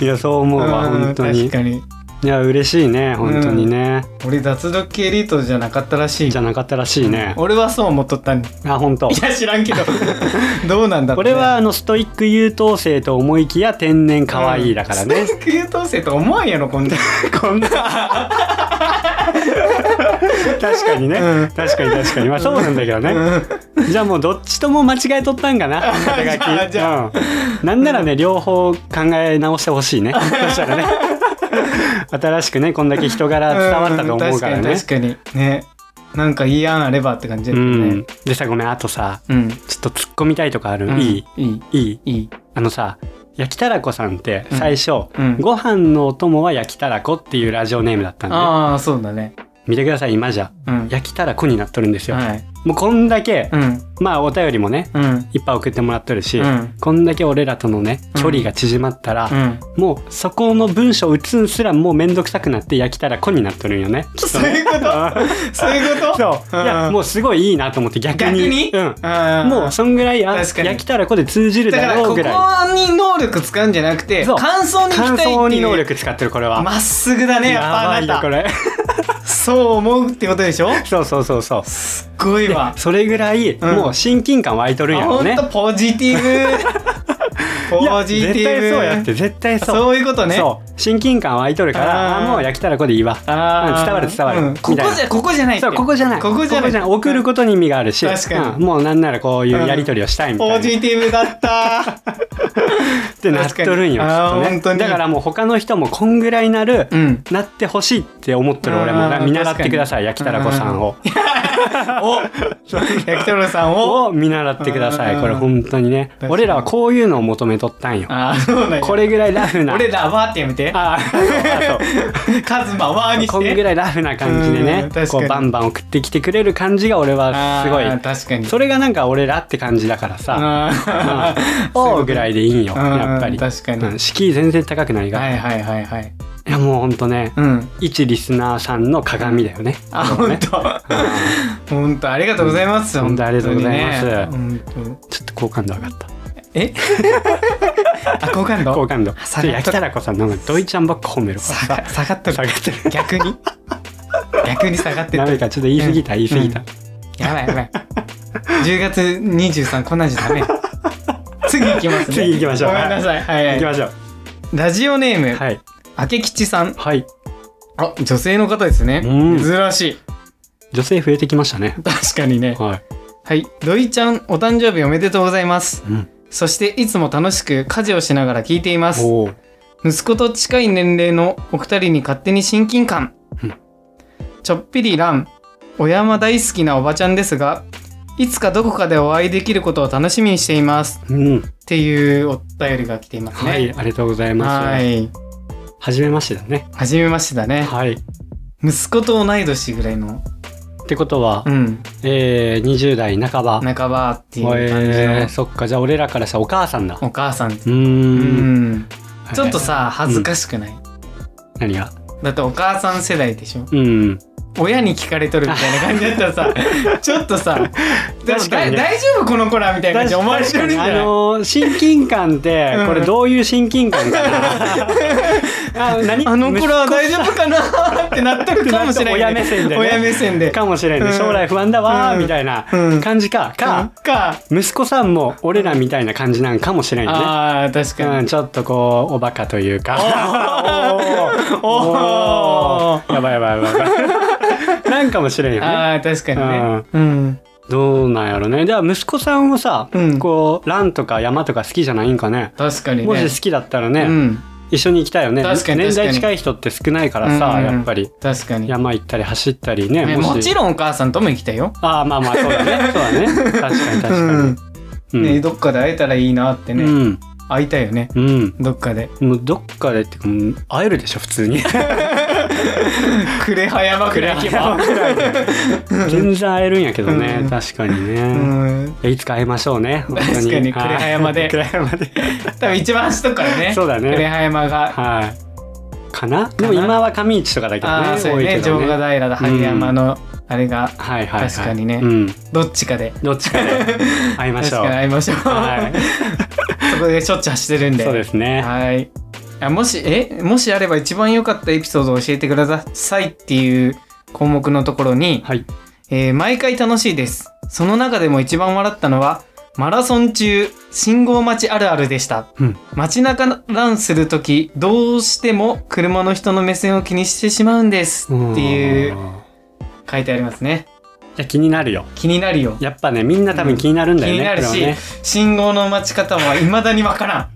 Speaker 2: いやそう思うわ
Speaker 1: うん
Speaker 2: 本当 に
Speaker 1: 確かに
Speaker 2: いや嬉しいね本当にね、
Speaker 1: 俺脱力系エリートじゃなかったらしい
Speaker 2: じゃなかったらしいね、
Speaker 1: 俺はそう思っとったんい
Speaker 2: あ本当
Speaker 1: や知ら んけどどうなんだって
Speaker 2: これはあのストイック優等生と思いきや天然可愛いだからね、
Speaker 1: ストイック優等生と思わんやろこんな
Speaker 2: こんな確かにね、
Speaker 1: うん
Speaker 2: 確かに確かにまあそうなんだけどね、
Speaker 1: うん
Speaker 2: じゃあもうどっちとも間違えとったんかな
Speaker 1: じゃあじゃ
Speaker 2: うん、なんならね両方考え直してほし いねそしたらね新しくねこんだけ人柄伝わったと思うから
Speaker 1: ん
Speaker 2: ね
Speaker 1: 確かに確かにねなんかいい案あればって感じ
Speaker 2: う
Speaker 1: だよね
Speaker 2: んでさごめんあとさ
Speaker 1: うん、
Speaker 2: ちょっと突っ込みたいとかある、
Speaker 1: うん
Speaker 2: いい
Speaker 1: いい
Speaker 2: いい
Speaker 1: いい
Speaker 2: あのさ焼きたらこさんって最初、
Speaker 1: うん
Speaker 2: ご飯のお供は焼きたらこっていうラジオネームだったんで、
Speaker 1: ああそうだね
Speaker 2: 見てください今じゃ
Speaker 1: うん
Speaker 2: 焼きたらこになっとるんですよ、
Speaker 1: はい
Speaker 2: もうこんだけ、
Speaker 1: うん
Speaker 2: まあお便りもね
Speaker 1: うん
Speaker 2: いっぱい送ってもらってるし、
Speaker 1: うん
Speaker 2: こんだけ俺らとのね距離が縮まったら、
Speaker 1: うん
Speaker 2: もうそこの文章打つんすらもうめんどくさくなって焼きたらこになっとるんよねきっと
Speaker 1: そう
Speaker 2: ね
Speaker 1: いうことそういうこと
Speaker 2: そう、いや
Speaker 1: う
Speaker 2: もうすごいいいなと思って逆に
Speaker 1: 逆
Speaker 2: うん
Speaker 1: ん
Speaker 2: もうそんぐらいあ
Speaker 1: 確かに
Speaker 2: 焼きたらこで通じる
Speaker 1: だか
Speaker 2: だ
Speaker 1: ら
Speaker 2: ろう
Speaker 1: ここ
Speaker 2: ぐら
Speaker 1: に能力使うんじゃなくて
Speaker 2: そう
Speaker 1: 感想
Speaker 2: い
Speaker 1: に行きたい
Speaker 2: 感
Speaker 1: っていう
Speaker 2: 想に能力使ってるこれは、
Speaker 1: まっすぐだねやっぱあ
Speaker 2: や
Speaker 1: な
Speaker 2: ば
Speaker 1: た
Speaker 2: いよこ
Speaker 1: そう思うってことでしょ
Speaker 2: れ そうそうそうそう
Speaker 1: すっごい
Speaker 2: で
Speaker 1: わ
Speaker 2: それぐらい
Speaker 1: うん
Speaker 2: もう親近感湧いとるんや
Speaker 1: ほ
Speaker 2: ろうんね、
Speaker 1: とポジティブ
Speaker 2: いや
Speaker 1: ポジティブ
Speaker 2: 絶対そうやって絶対そう
Speaker 1: そういうことね
Speaker 2: そう親近感湧いとるから
Speaker 1: あー
Speaker 2: あもう焼きたらこでいいわ
Speaker 1: あ
Speaker 2: うん
Speaker 1: ー
Speaker 2: 伝わる伝わる
Speaker 1: うん
Speaker 2: みた
Speaker 1: ここ
Speaker 2: いな
Speaker 1: じゃここじゃないって
Speaker 2: そうここじゃない
Speaker 1: ここじゃない
Speaker 2: 送ることに意味があるし
Speaker 1: 確かに
Speaker 2: うんもうなんならこういうやり取りをしたいみたいな、
Speaker 1: ポジティブだった
Speaker 2: ってなっとるんよ
Speaker 1: 確かに
Speaker 2: きっと
Speaker 1: あー
Speaker 2: ね
Speaker 1: 本当に
Speaker 2: だからもう他の人もこんぐらいなる、
Speaker 1: うん
Speaker 2: なってほしいって思ってる俺も
Speaker 1: あー
Speaker 2: だから見習ってください
Speaker 1: 確
Speaker 2: 焼き
Speaker 1: か
Speaker 2: た
Speaker 1: に
Speaker 2: らこさんを
Speaker 1: お焼きとろさんを
Speaker 2: を見習ってくださ
Speaker 1: う
Speaker 2: い
Speaker 1: ん
Speaker 2: これ本当にね
Speaker 1: 確かに
Speaker 2: 俺らはこういうのを求めとったんよ
Speaker 1: あーそうなんや
Speaker 2: これぐらいラフな
Speaker 1: 俺らはってやめて
Speaker 2: あーそうそう
Speaker 1: カズマはにして
Speaker 2: こんぐらいラフな感じで
Speaker 1: う
Speaker 2: ね
Speaker 1: ん確か
Speaker 2: こ
Speaker 1: に
Speaker 2: うバンバン送ってきてくれる感じが俺はすご
Speaker 1: あー
Speaker 2: い
Speaker 1: 確かに
Speaker 2: それがなんか俺らって感じだから さ
Speaker 1: あー
Speaker 2: おうぐらいでいいんよ、
Speaker 1: うん
Speaker 2: やっぱり。
Speaker 1: 確かに
Speaker 2: うん敷居全然高くないが。
Speaker 1: は
Speaker 2: い、
Speaker 1: いはいはいはい
Speaker 2: や、もうほんとね、
Speaker 1: うん
Speaker 2: 一リスナーさんの鏡だよね。
Speaker 1: あ
Speaker 2: ここね
Speaker 1: 本当 本当ありがとうございます
Speaker 2: うん
Speaker 1: 本当
Speaker 2: 本当ありがとうございます
Speaker 1: 本当
Speaker 2: ちょっと好感度上がった。
Speaker 1: え あ好感
Speaker 2: 好
Speaker 1: 度
Speaker 2: 感度。ちょ
Speaker 1: 下がっと
Speaker 2: っと焼きたらこさん、なんかドイちゃんばっか褒めるから
Speaker 1: 下が下がっと
Speaker 2: 下
Speaker 1: る
Speaker 2: がってる。
Speaker 1: 逆に逆に下がって
Speaker 2: ダ
Speaker 1: る
Speaker 2: メか、ちょっと言い過ぎた、
Speaker 1: うん
Speaker 2: 言い過ぎた。
Speaker 1: うやばいやばい10月23こんなんじゃダメ次行きますね
Speaker 2: 次行きましょう
Speaker 1: ごめんなさいはいはい
Speaker 2: 行きましょう。
Speaker 1: ラジオネーム、
Speaker 2: はい。
Speaker 1: 明吉さん。
Speaker 2: はい。
Speaker 1: あ、女性の方ですね。
Speaker 2: うん
Speaker 1: 珍しい。
Speaker 2: 女性増えてきましたね。
Speaker 1: 確かにね。
Speaker 2: はい。
Speaker 1: はい。土井ちゃん、お誕生日おめでとうございます。
Speaker 2: うん。
Speaker 1: そして、いつも楽しく家事をしながら聞いています。
Speaker 2: おー
Speaker 1: 息子と近い年齢のお二人に勝手に親近感。
Speaker 2: うん
Speaker 1: ちょっぴりラン。お山大好きなおばちゃんですが、いつかどこかでお会いできることを楽しみにしています。
Speaker 2: うん。
Speaker 1: っていうお便りが来ていますね。
Speaker 2: はい、ありがとうございます。
Speaker 1: は
Speaker 2: はい。
Speaker 1: い。
Speaker 2: めましてだね。
Speaker 1: はじめましてだね。
Speaker 2: はい。っ
Speaker 1: 息子と同い年ぐらいの、
Speaker 2: てことは
Speaker 1: う、ん、
Speaker 2: えー、20代半ば。
Speaker 1: 半ばっていう感じ
Speaker 2: えー、
Speaker 1: の
Speaker 2: そっか、じゃあ俺らからしたらお母さんだ。
Speaker 1: お母さんって
Speaker 2: うー。
Speaker 1: うんん、ちょっと
Speaker 2: はい
Speaker 1: さ恥ずかしくない、
Speaker 2: 何が
Speaker 1: だってお母さん世代でしょ
Speaker 2: うん。
Speaker 1: 親に聞かれとるみたいな感じだったらさ ちょっとさ
Speaker 2: 確かにね
Speaker 1: だ大丈夫この子らみたいな感じで思われてるんじゃ
Speaker 2: あ
Speaker 1: ない
Speaker 2: のー親近感って
Speaker 1: うん
Speaker 2: これどういう親近感かな あ何
Speaker 1: あの子らは大丈夫かなってなっとるかもしれない、
Speaker 2: 親目線でね
Speaker 1: 親目線で
Speaker 2: かもしれんね
Speaker 1: うん
Speaker 2: 将来不安だわ
Speaker 1: う
Speaker 2: ー
Speaker 1: ん
Speaker 2: みたいな
Speaker 1: うん
Speaker 2: 感じか
Speaker 1: か
Speaker 2: か
Speaker 1: か
Speaker 2: 息子さんも俺らみたいな感じなんかもしれんよね
Speaker 1: あー確か
Speaker 2: う
Speaker 1: に
Speaker 2: ん、ちょっとこうおバカというか
Speaker 1: おお
Speaker 2: おーやばいやばいやばいやばい なんかもしれんよね
Speaker 1: あー確かにねうん
Speaker 2: どうなんやろねでは息子さんもさ、
Speaker 1: うん
Speaker 2: こうランとか山とか好きじゃないんかね
Speaker 1: 確かにね
Speaker 2: もし好きだったらね、
Speaker 1: うん
Speaker 2: 一緒に行きたいよね
Speaker 1: 確かに
Speaker 2: 年
Speaker 1: 確かに
Speaker 2: 代近い人って少ないからさ、
Speaker 1: うんうんうん
Speaker 2: やっぱり
Speaker 1: 確かに
Speaker 2: 山行ったり走ったりね
Speaker 1: ねもち
Speaker 2: ん
Speaker 1: ろんお母さんとも行きたいよ。
Speaker 2: ああまあまあそうだねそうだね確かに確かに、うんう
Speaker 1: うん
Speaker 2: ん
Speaker 1: ねどっかで会えたらいいなってね、
Speaker 2: うん
Speaker 1: 会いたいよねどっか で。
Speaker 2: もうどっかでってかもう会えるでしょ普通に
Speaker 1: 呉羽山くらい行け ば。
Speaker 2: 全然会えるんやけどね、
Speaker 1: うん
Speaker 2: 確かにね、
Speaker 1: う
Speaker 2: い
Speaker 1: ん、
Speaker 2: やいつか会いましょうね本当に
Speaker 1: 確かに
Speaker 2: はい
Speaker 1: 呉羽山で
Speaker 2: 呉羽山で
Speaker 1: 多分一番端とかね
Speaker 2: そうだね
Speaker 1: 呉羽山が
Speaker 2: はいかなでも
Speaker 1: かな
Speaker 2: 今は上市とかだけど
Speaker 1: ああ
Speaker 2: ね
Speaker 1: そう
Speaker 2: 多い
Speaker 1: や
Speaker 2: け
Speaker 1: ね城
Speaker 2: どね
Speaker 1: ヶ
Speaker 2: はい
Speaker 1: 平だ針山のあれが
Speaker 2: はいはい
Speaker 1: 確かにね
Speaker 2: うん、
Speaker 1: どっちかで
Speaker 2: どっちかで会いま
Speaker 1: 確
Speaker 2: しょう
Speaker 1: かに会いましょう、
Speaker 2: は
Speaker 1: そこでしょっちゅう走ってるん
Speaker 2: い
Speaker 1: で
Speaker 2: そうですね
Speaker 1: はいあもしえもしあれば一番良かったエピソードを教えてくださいっていう項目のところに、
Speaker 2: はい
Speaker 1: えー毎回楽しいですその中でも一番笑ったのはマラソン中信号待ちあるあるでした
Speaker 2: うん
Speaker 1: 街中ランする時どうしても車の人の目線を気にしてしまうんですってい
Speaker 2: ん
Speaker 1: う
Speaker 2: い
Speaker 1: 書いてありますね
Speaker 2: や気になるよ
Speaker 1: 気になるよ
Speaker 2: やっぱねみんな多分気になるん
Speaker 1: 気
Speaker 2: だよね、
Speaker 1: になる
Speaker 2: こ
Speaker 1: し、
Speaker 2: れはね
Speaker 1: 信号の待ち方は未だにわから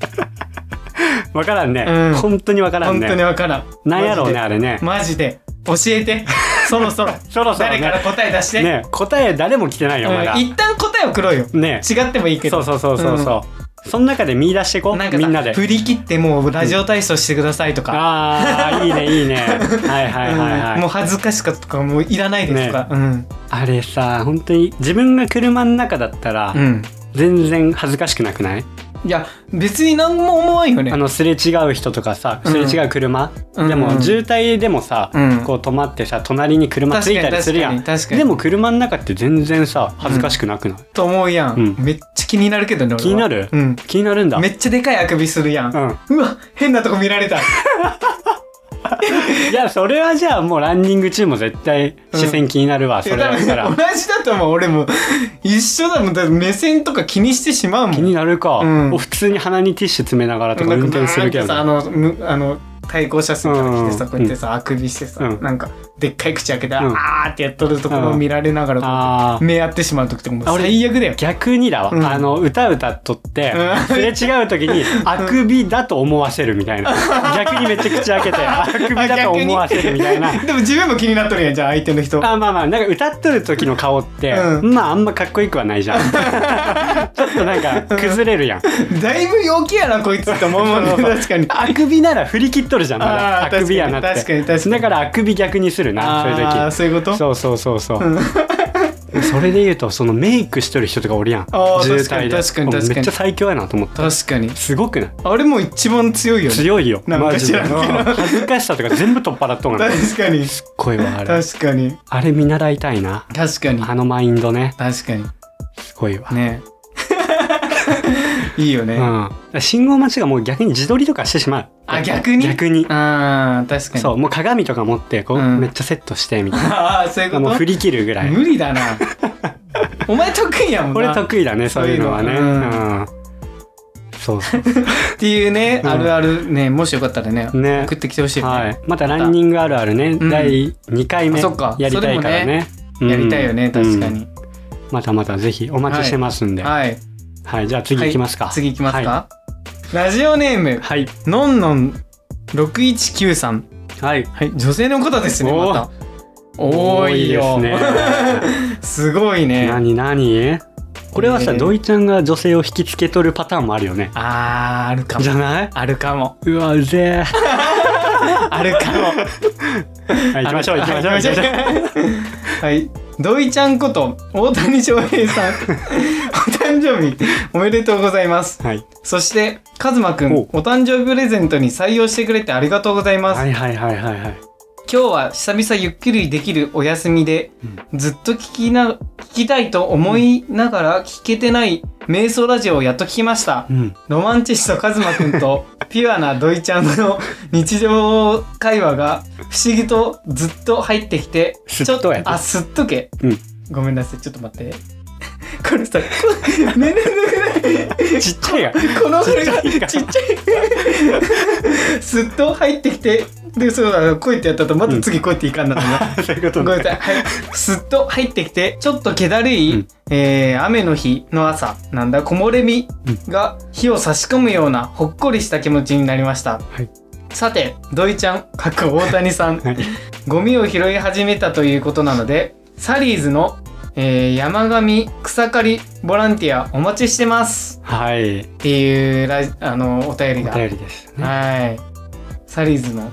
Speaker 2: 分からんね、
Speaker 1: うん
Speaker 2: 本当に分か
Speaker 1: ん
Speaker 2: らん
Speaker 1: 本当に
Speaker 2: ね
Speaker 1: わからん
Speaker 2: なんやろうねあれね
Speaker 1: マジでマジで教 えてそろそろ
Speaker 2: そろそろ
Speaker 1: 誰から
Speaker 2: ね
Speaker 1: 答え出して、
Speaker 2: ね答え誰も来てないよまだ、
Speaker 1: うん一旦答えをくろよ
Speaker 2: ね
Speaker 1: 違ってもいいけど
Speaker 2: そうそうそうそうそうその中で見出していこう
Speaker 1: なんかさ
Speaker 2: みんなで
Speaker 1: 振り切ってもうラジオ体操してくださいとか、
Speaker 2: ああいいね いいねはいはいはいはい、
Speaker 1: うんもう恥ずかしかったとかもういらないですとか、うん
Speaker 2: あれさ本当に自分が車の中だったら
Speaker 1: うん
Speaker 2: 全然恥ずかしくなくない、
Speaker 1: いや別に何も思わんよね
Speaker 2: あのすれ違う人とかさ
Speaker 1: うん
Speaker 2: すれ違う車、
Speaker 1: うん
Speaker 2: でも渋滞でもさ、
Speaker 1: うん
Speaker 2: こう止まってさ隣に車ついたりするやん
Speaker 1: 確かに確かに確かに
Speaker 2: でも車の中って全然さ恥ずかしくなくない、
Speaker 1: と思うやん、
Speaker 2: うん
Speaker 1: めっちゃ気になるけどね俺は
Speaker 2: 気になる
Speaker 1: うん
Speaker 2: 気になるんだ
Speaker 1: めっちゃでかいあくびするやん、
Speaker 2: うん
Speaker 1: うわ変なとこ見られた
Speaker 2: いやそれはじゃあもうランニング中も絶対視線気になる わ、そ
Speaker 1: いや
Speaker 2: れだった
Speaker 1: 多分
Speaker 2: ら
Speaker 1: 同じだと思う俺も一緒だもんだって目線とか気にしてしまうもん
Speaker 2: 気になるか、
Speaker 1: うん
Speaker 2: 普通に鼻にティッシュ詰めながらとか運転するけど
Speaker 1: な
Speaker 2: ね
Speaker 1: んかさあのむあの対向車線から来てさ、
Speaker 2: うん
Speaker 1: こうやってさあくびしてさ、
Speaker 2: うん
Speaker 1: なんかでっかい口開けて、
Speaker 2: うん
Speaker 1: あーってやっとるところを見られながら、
Speaker 2: あー
Speaker 1: 目合ってしまう時とかもう
Speaker 2: あ俺
Speaker 1: 最悪だよ。
Speaker 2: 逆にだわ、
Speaker 1: うん
Speaker 2: あの歌歌っとって、
Speaker 1: うん
Speaker 2: すれ違う時にあくびだと思わせるみた いな逆にめっちゃ口開けてあくびだと思わせるみたいな
Speaker 1: あ逆にでも自分も気になっとるやんじゃあ相手の人。
Speaker 2: あまあまあなんか歌っとる時の顔って、
Speaker 1: う
Speaker 2: まああんまかっこよくはないじゃん ちょっとなんか崩れるやん
Speaker 1: だいぶ陽気やなこいつって思うもんね
Speaker 2: そうそう
Speaker 1: 確かに。
Speaker 2: あくびなら振り切っとるじゃんまだ
Speaker 1: あー
Speaker 2: あくびやなって
Speaker 1: 確かに確かに
Speaker 2: だからあくび逆にするなそうい う
Speaker 1: あー
Speaker 2: 時
Speaker 1: そういうこと
Speaker 2: そうそうそうそう、 それで言うとそのメイクしとる人とかおるやん
Speaker 1: あー
Speaker 2: 渋
Speaker 1: 確か
Speaker 2: 滞
Speaker 1: に
Speaker 2: で
Speaker 1: 確かに確かに
Speaker 2: めっちゃ最強やなと思った
Speaker 1: 確かに。
Speaker 2: すごくない
Speaker 1: あれも一番強いよね。
Speaker 2: 強いよ
Speaker 1: なんか
Speaker 2: マジ
Speaker 1: 知
Speaker 2: で
Speaker 1: らんけど
Speaker 2: うん 恥ずかしさとか全部取っ払っとんの
Speaker 1: 確かに
Speaker 2: すっごいわあれ
Speaker 1: 確かに
Speaker 2: あれ見習いたいな
Speaker 1: 確かに
Speaker 2: あのマインドね
Speaker 1: 確かに
Speaker 2: すごいわ、
Speaker 1: ね いいよね。
Speaker 2: うん、信号待ちがもう逆に自撮りとかしてしまう
Speaker 1: あ逆に
Speaker 2: 逆に
Speaker 1: ああ確かに。
Speaker 2: そうもう鏡とか持ってこう、
Speaker 1: うん
Speaker 2: めっちゃセットしてみたい
Speaker 1: ああそういうこ
Speaker 2: な
Speaker 1: と
Speaker 2: もう振り切るぐらい
Speaker 1: 無理 だなお前得意やもんな
Speaker 2: 俺得意だねそういうのはね
Speaker 1: そういううの
Speaker 2: ん、そうそう
Speaker 1: っていうね、
Speaker 2: うん
Speaker 1: あるあるねもしよかったらね
Speaker 2: ね
Speaker 1: 送ってきてほしいよね、
Speaker 2: はい、またランニングあるあるね、
Speaker 1: うん
Speaker 2: 第2回目
Speaker 1: あそっか
Speaker 2: やりたいからねうん
Speaker 1: やりたいよね、確か
Speaker 2: うん
Speaker 1: に、
Speaker 2: またまたぜひお待ちしてますんではい、
Speaker 1: はい
Speaker 2: じゃあ次いきますか、
Speaker 1: 次いきます
Speaker 2: は
Speaker 1: か、ラジオネーム
Speaker 2: はい
Speaker 1: のんのん6193さん
Speaker 2: はい、
Speaker 1: はい女性の方ですね
Speaker 2: おー
Speaker 1: また多いよ
Speaker 2: 多いですね
Speaker 1: すごいね
Speaker 2: 何何これはさ、
Speaker 1: えー
Speaker 2: 土井ちゃんが女性を引きつけとるパターンもあるよね
Speaker 1: あーあるかも
Speaker 2: じゃない
Speaker 1: あるかも
Speaker 2: うわうぜ
Speaker 1: あるかも
Speaker 2: え、はい、行きましょう行きましょう行きましょ う
Speaker 1: はい土井ちゃんこと大谷翔平さん お誕生日おめでとうございます
Speaker 2: はい、
Speaker 1: そしてカズマくん
Speaker 2: お
Speaker 1: お誕生日プレゼントに採用してくれてありがとうございます、
Speaker 2: はいはいはいはいはい
Speaker 1: 今日は久々ゆっくりできるお休みで、ずっと聞きな聞きたいと思いながら聞けてない瞑想ラジオをやっと聞きました、
Speaker 2: うん
Speaker 1: ロマンチストカズマくんと ピュアなドイちゃんの日常会話が不思議とずっと入ってきて、
Speaker 2: すっ
Speaker 1: ちょっ
Speaker 2: とやで
Speaker 1: あ、すっとけ。
Speaker 2: うん
Speaker 1: ごめんなさい、ちょっと待って。 これさ、こめんどくない。
Speaker 2: ちっちゃいや
Speaker 1: この声が
Speaker 2: ちっちゃいか
Speaker 1: ちっちゃい。すっと入ってきて、で、そうだ、こうやってやったと、また次こうやっていかんなとな。
Speaker 2: そういうこと
Speaker 1: ごめんな
Speaker 2: ね
Speaker 1: さい、はい、すっと入ってきてちょっと気だるい、
Speaker 2: うん
Speaker 1: えー雨の日の朝なんだ木漏れ日が火を差し込むようなほっこりした気持ちになりました、
Speaker 2: はい
Speaker 1: さて土井ちゃんかっこ大谷さ ん、
Speaker 2: はい
Speaker 1: ゴミを拾い始めたということなのでサリーズの、えー山上草刈りボランティアお待ちしてます
Speaker 2: はい
Speaker 1: っていうラジあのお便りが
Speaker 2: お便りですね
Speaker 1: はいサリーズの、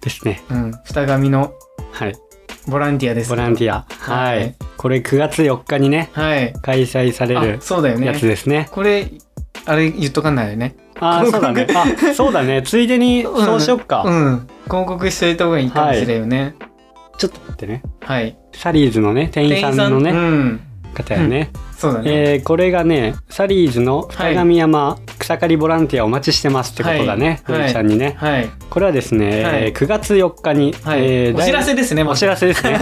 Speaker 2: ですね
Speaker 1: うん、二紙の
Speaker 2: はい
Speaker 1: ボランティアです
Speaker 2: ボランティアは
Speaker 1: はい
Speaker 2: いこれ9月4日にね
Speaker 1: はい
Speaker 2: 開催され
Speaker 1: あ
Speaker 2: る
Speaker 1: そうだよね
Speaker 2: やつですね
Speaker 1: これあれ言っとかんないよね
Speaker 2: あーそうだねあそうだねついで に
Speaker 1: うん
Speaker 2: そうしよっか、
Speaker 1: うん広告しといた方がいいかもしれんよね
Speaker 2: ちょっと待ってね
Speaker 1: はい
Speaker 2: サリーズのね店員さんのね
Speaker 1: うん
Speaker 2: 方やね、
Speaker 1: そうだね
Speaker 2: えーこれがねサリーズの二神山草刈りボランティアお待ちしてますってことだね、
Speaker 1: はい
Speaker 2: ルイちゃんにね、
Speaker 1: はい
Speaker 2: これはですね、
Speaker 1: はい
Speaker 2: えー9月4日に、
Speaker 1: はい、
Speaker 2: えー
Speaker 1: お知らせですね
Speaker 2: お知
Speaker 1: ら
Speaker 2: らせ ですね、はい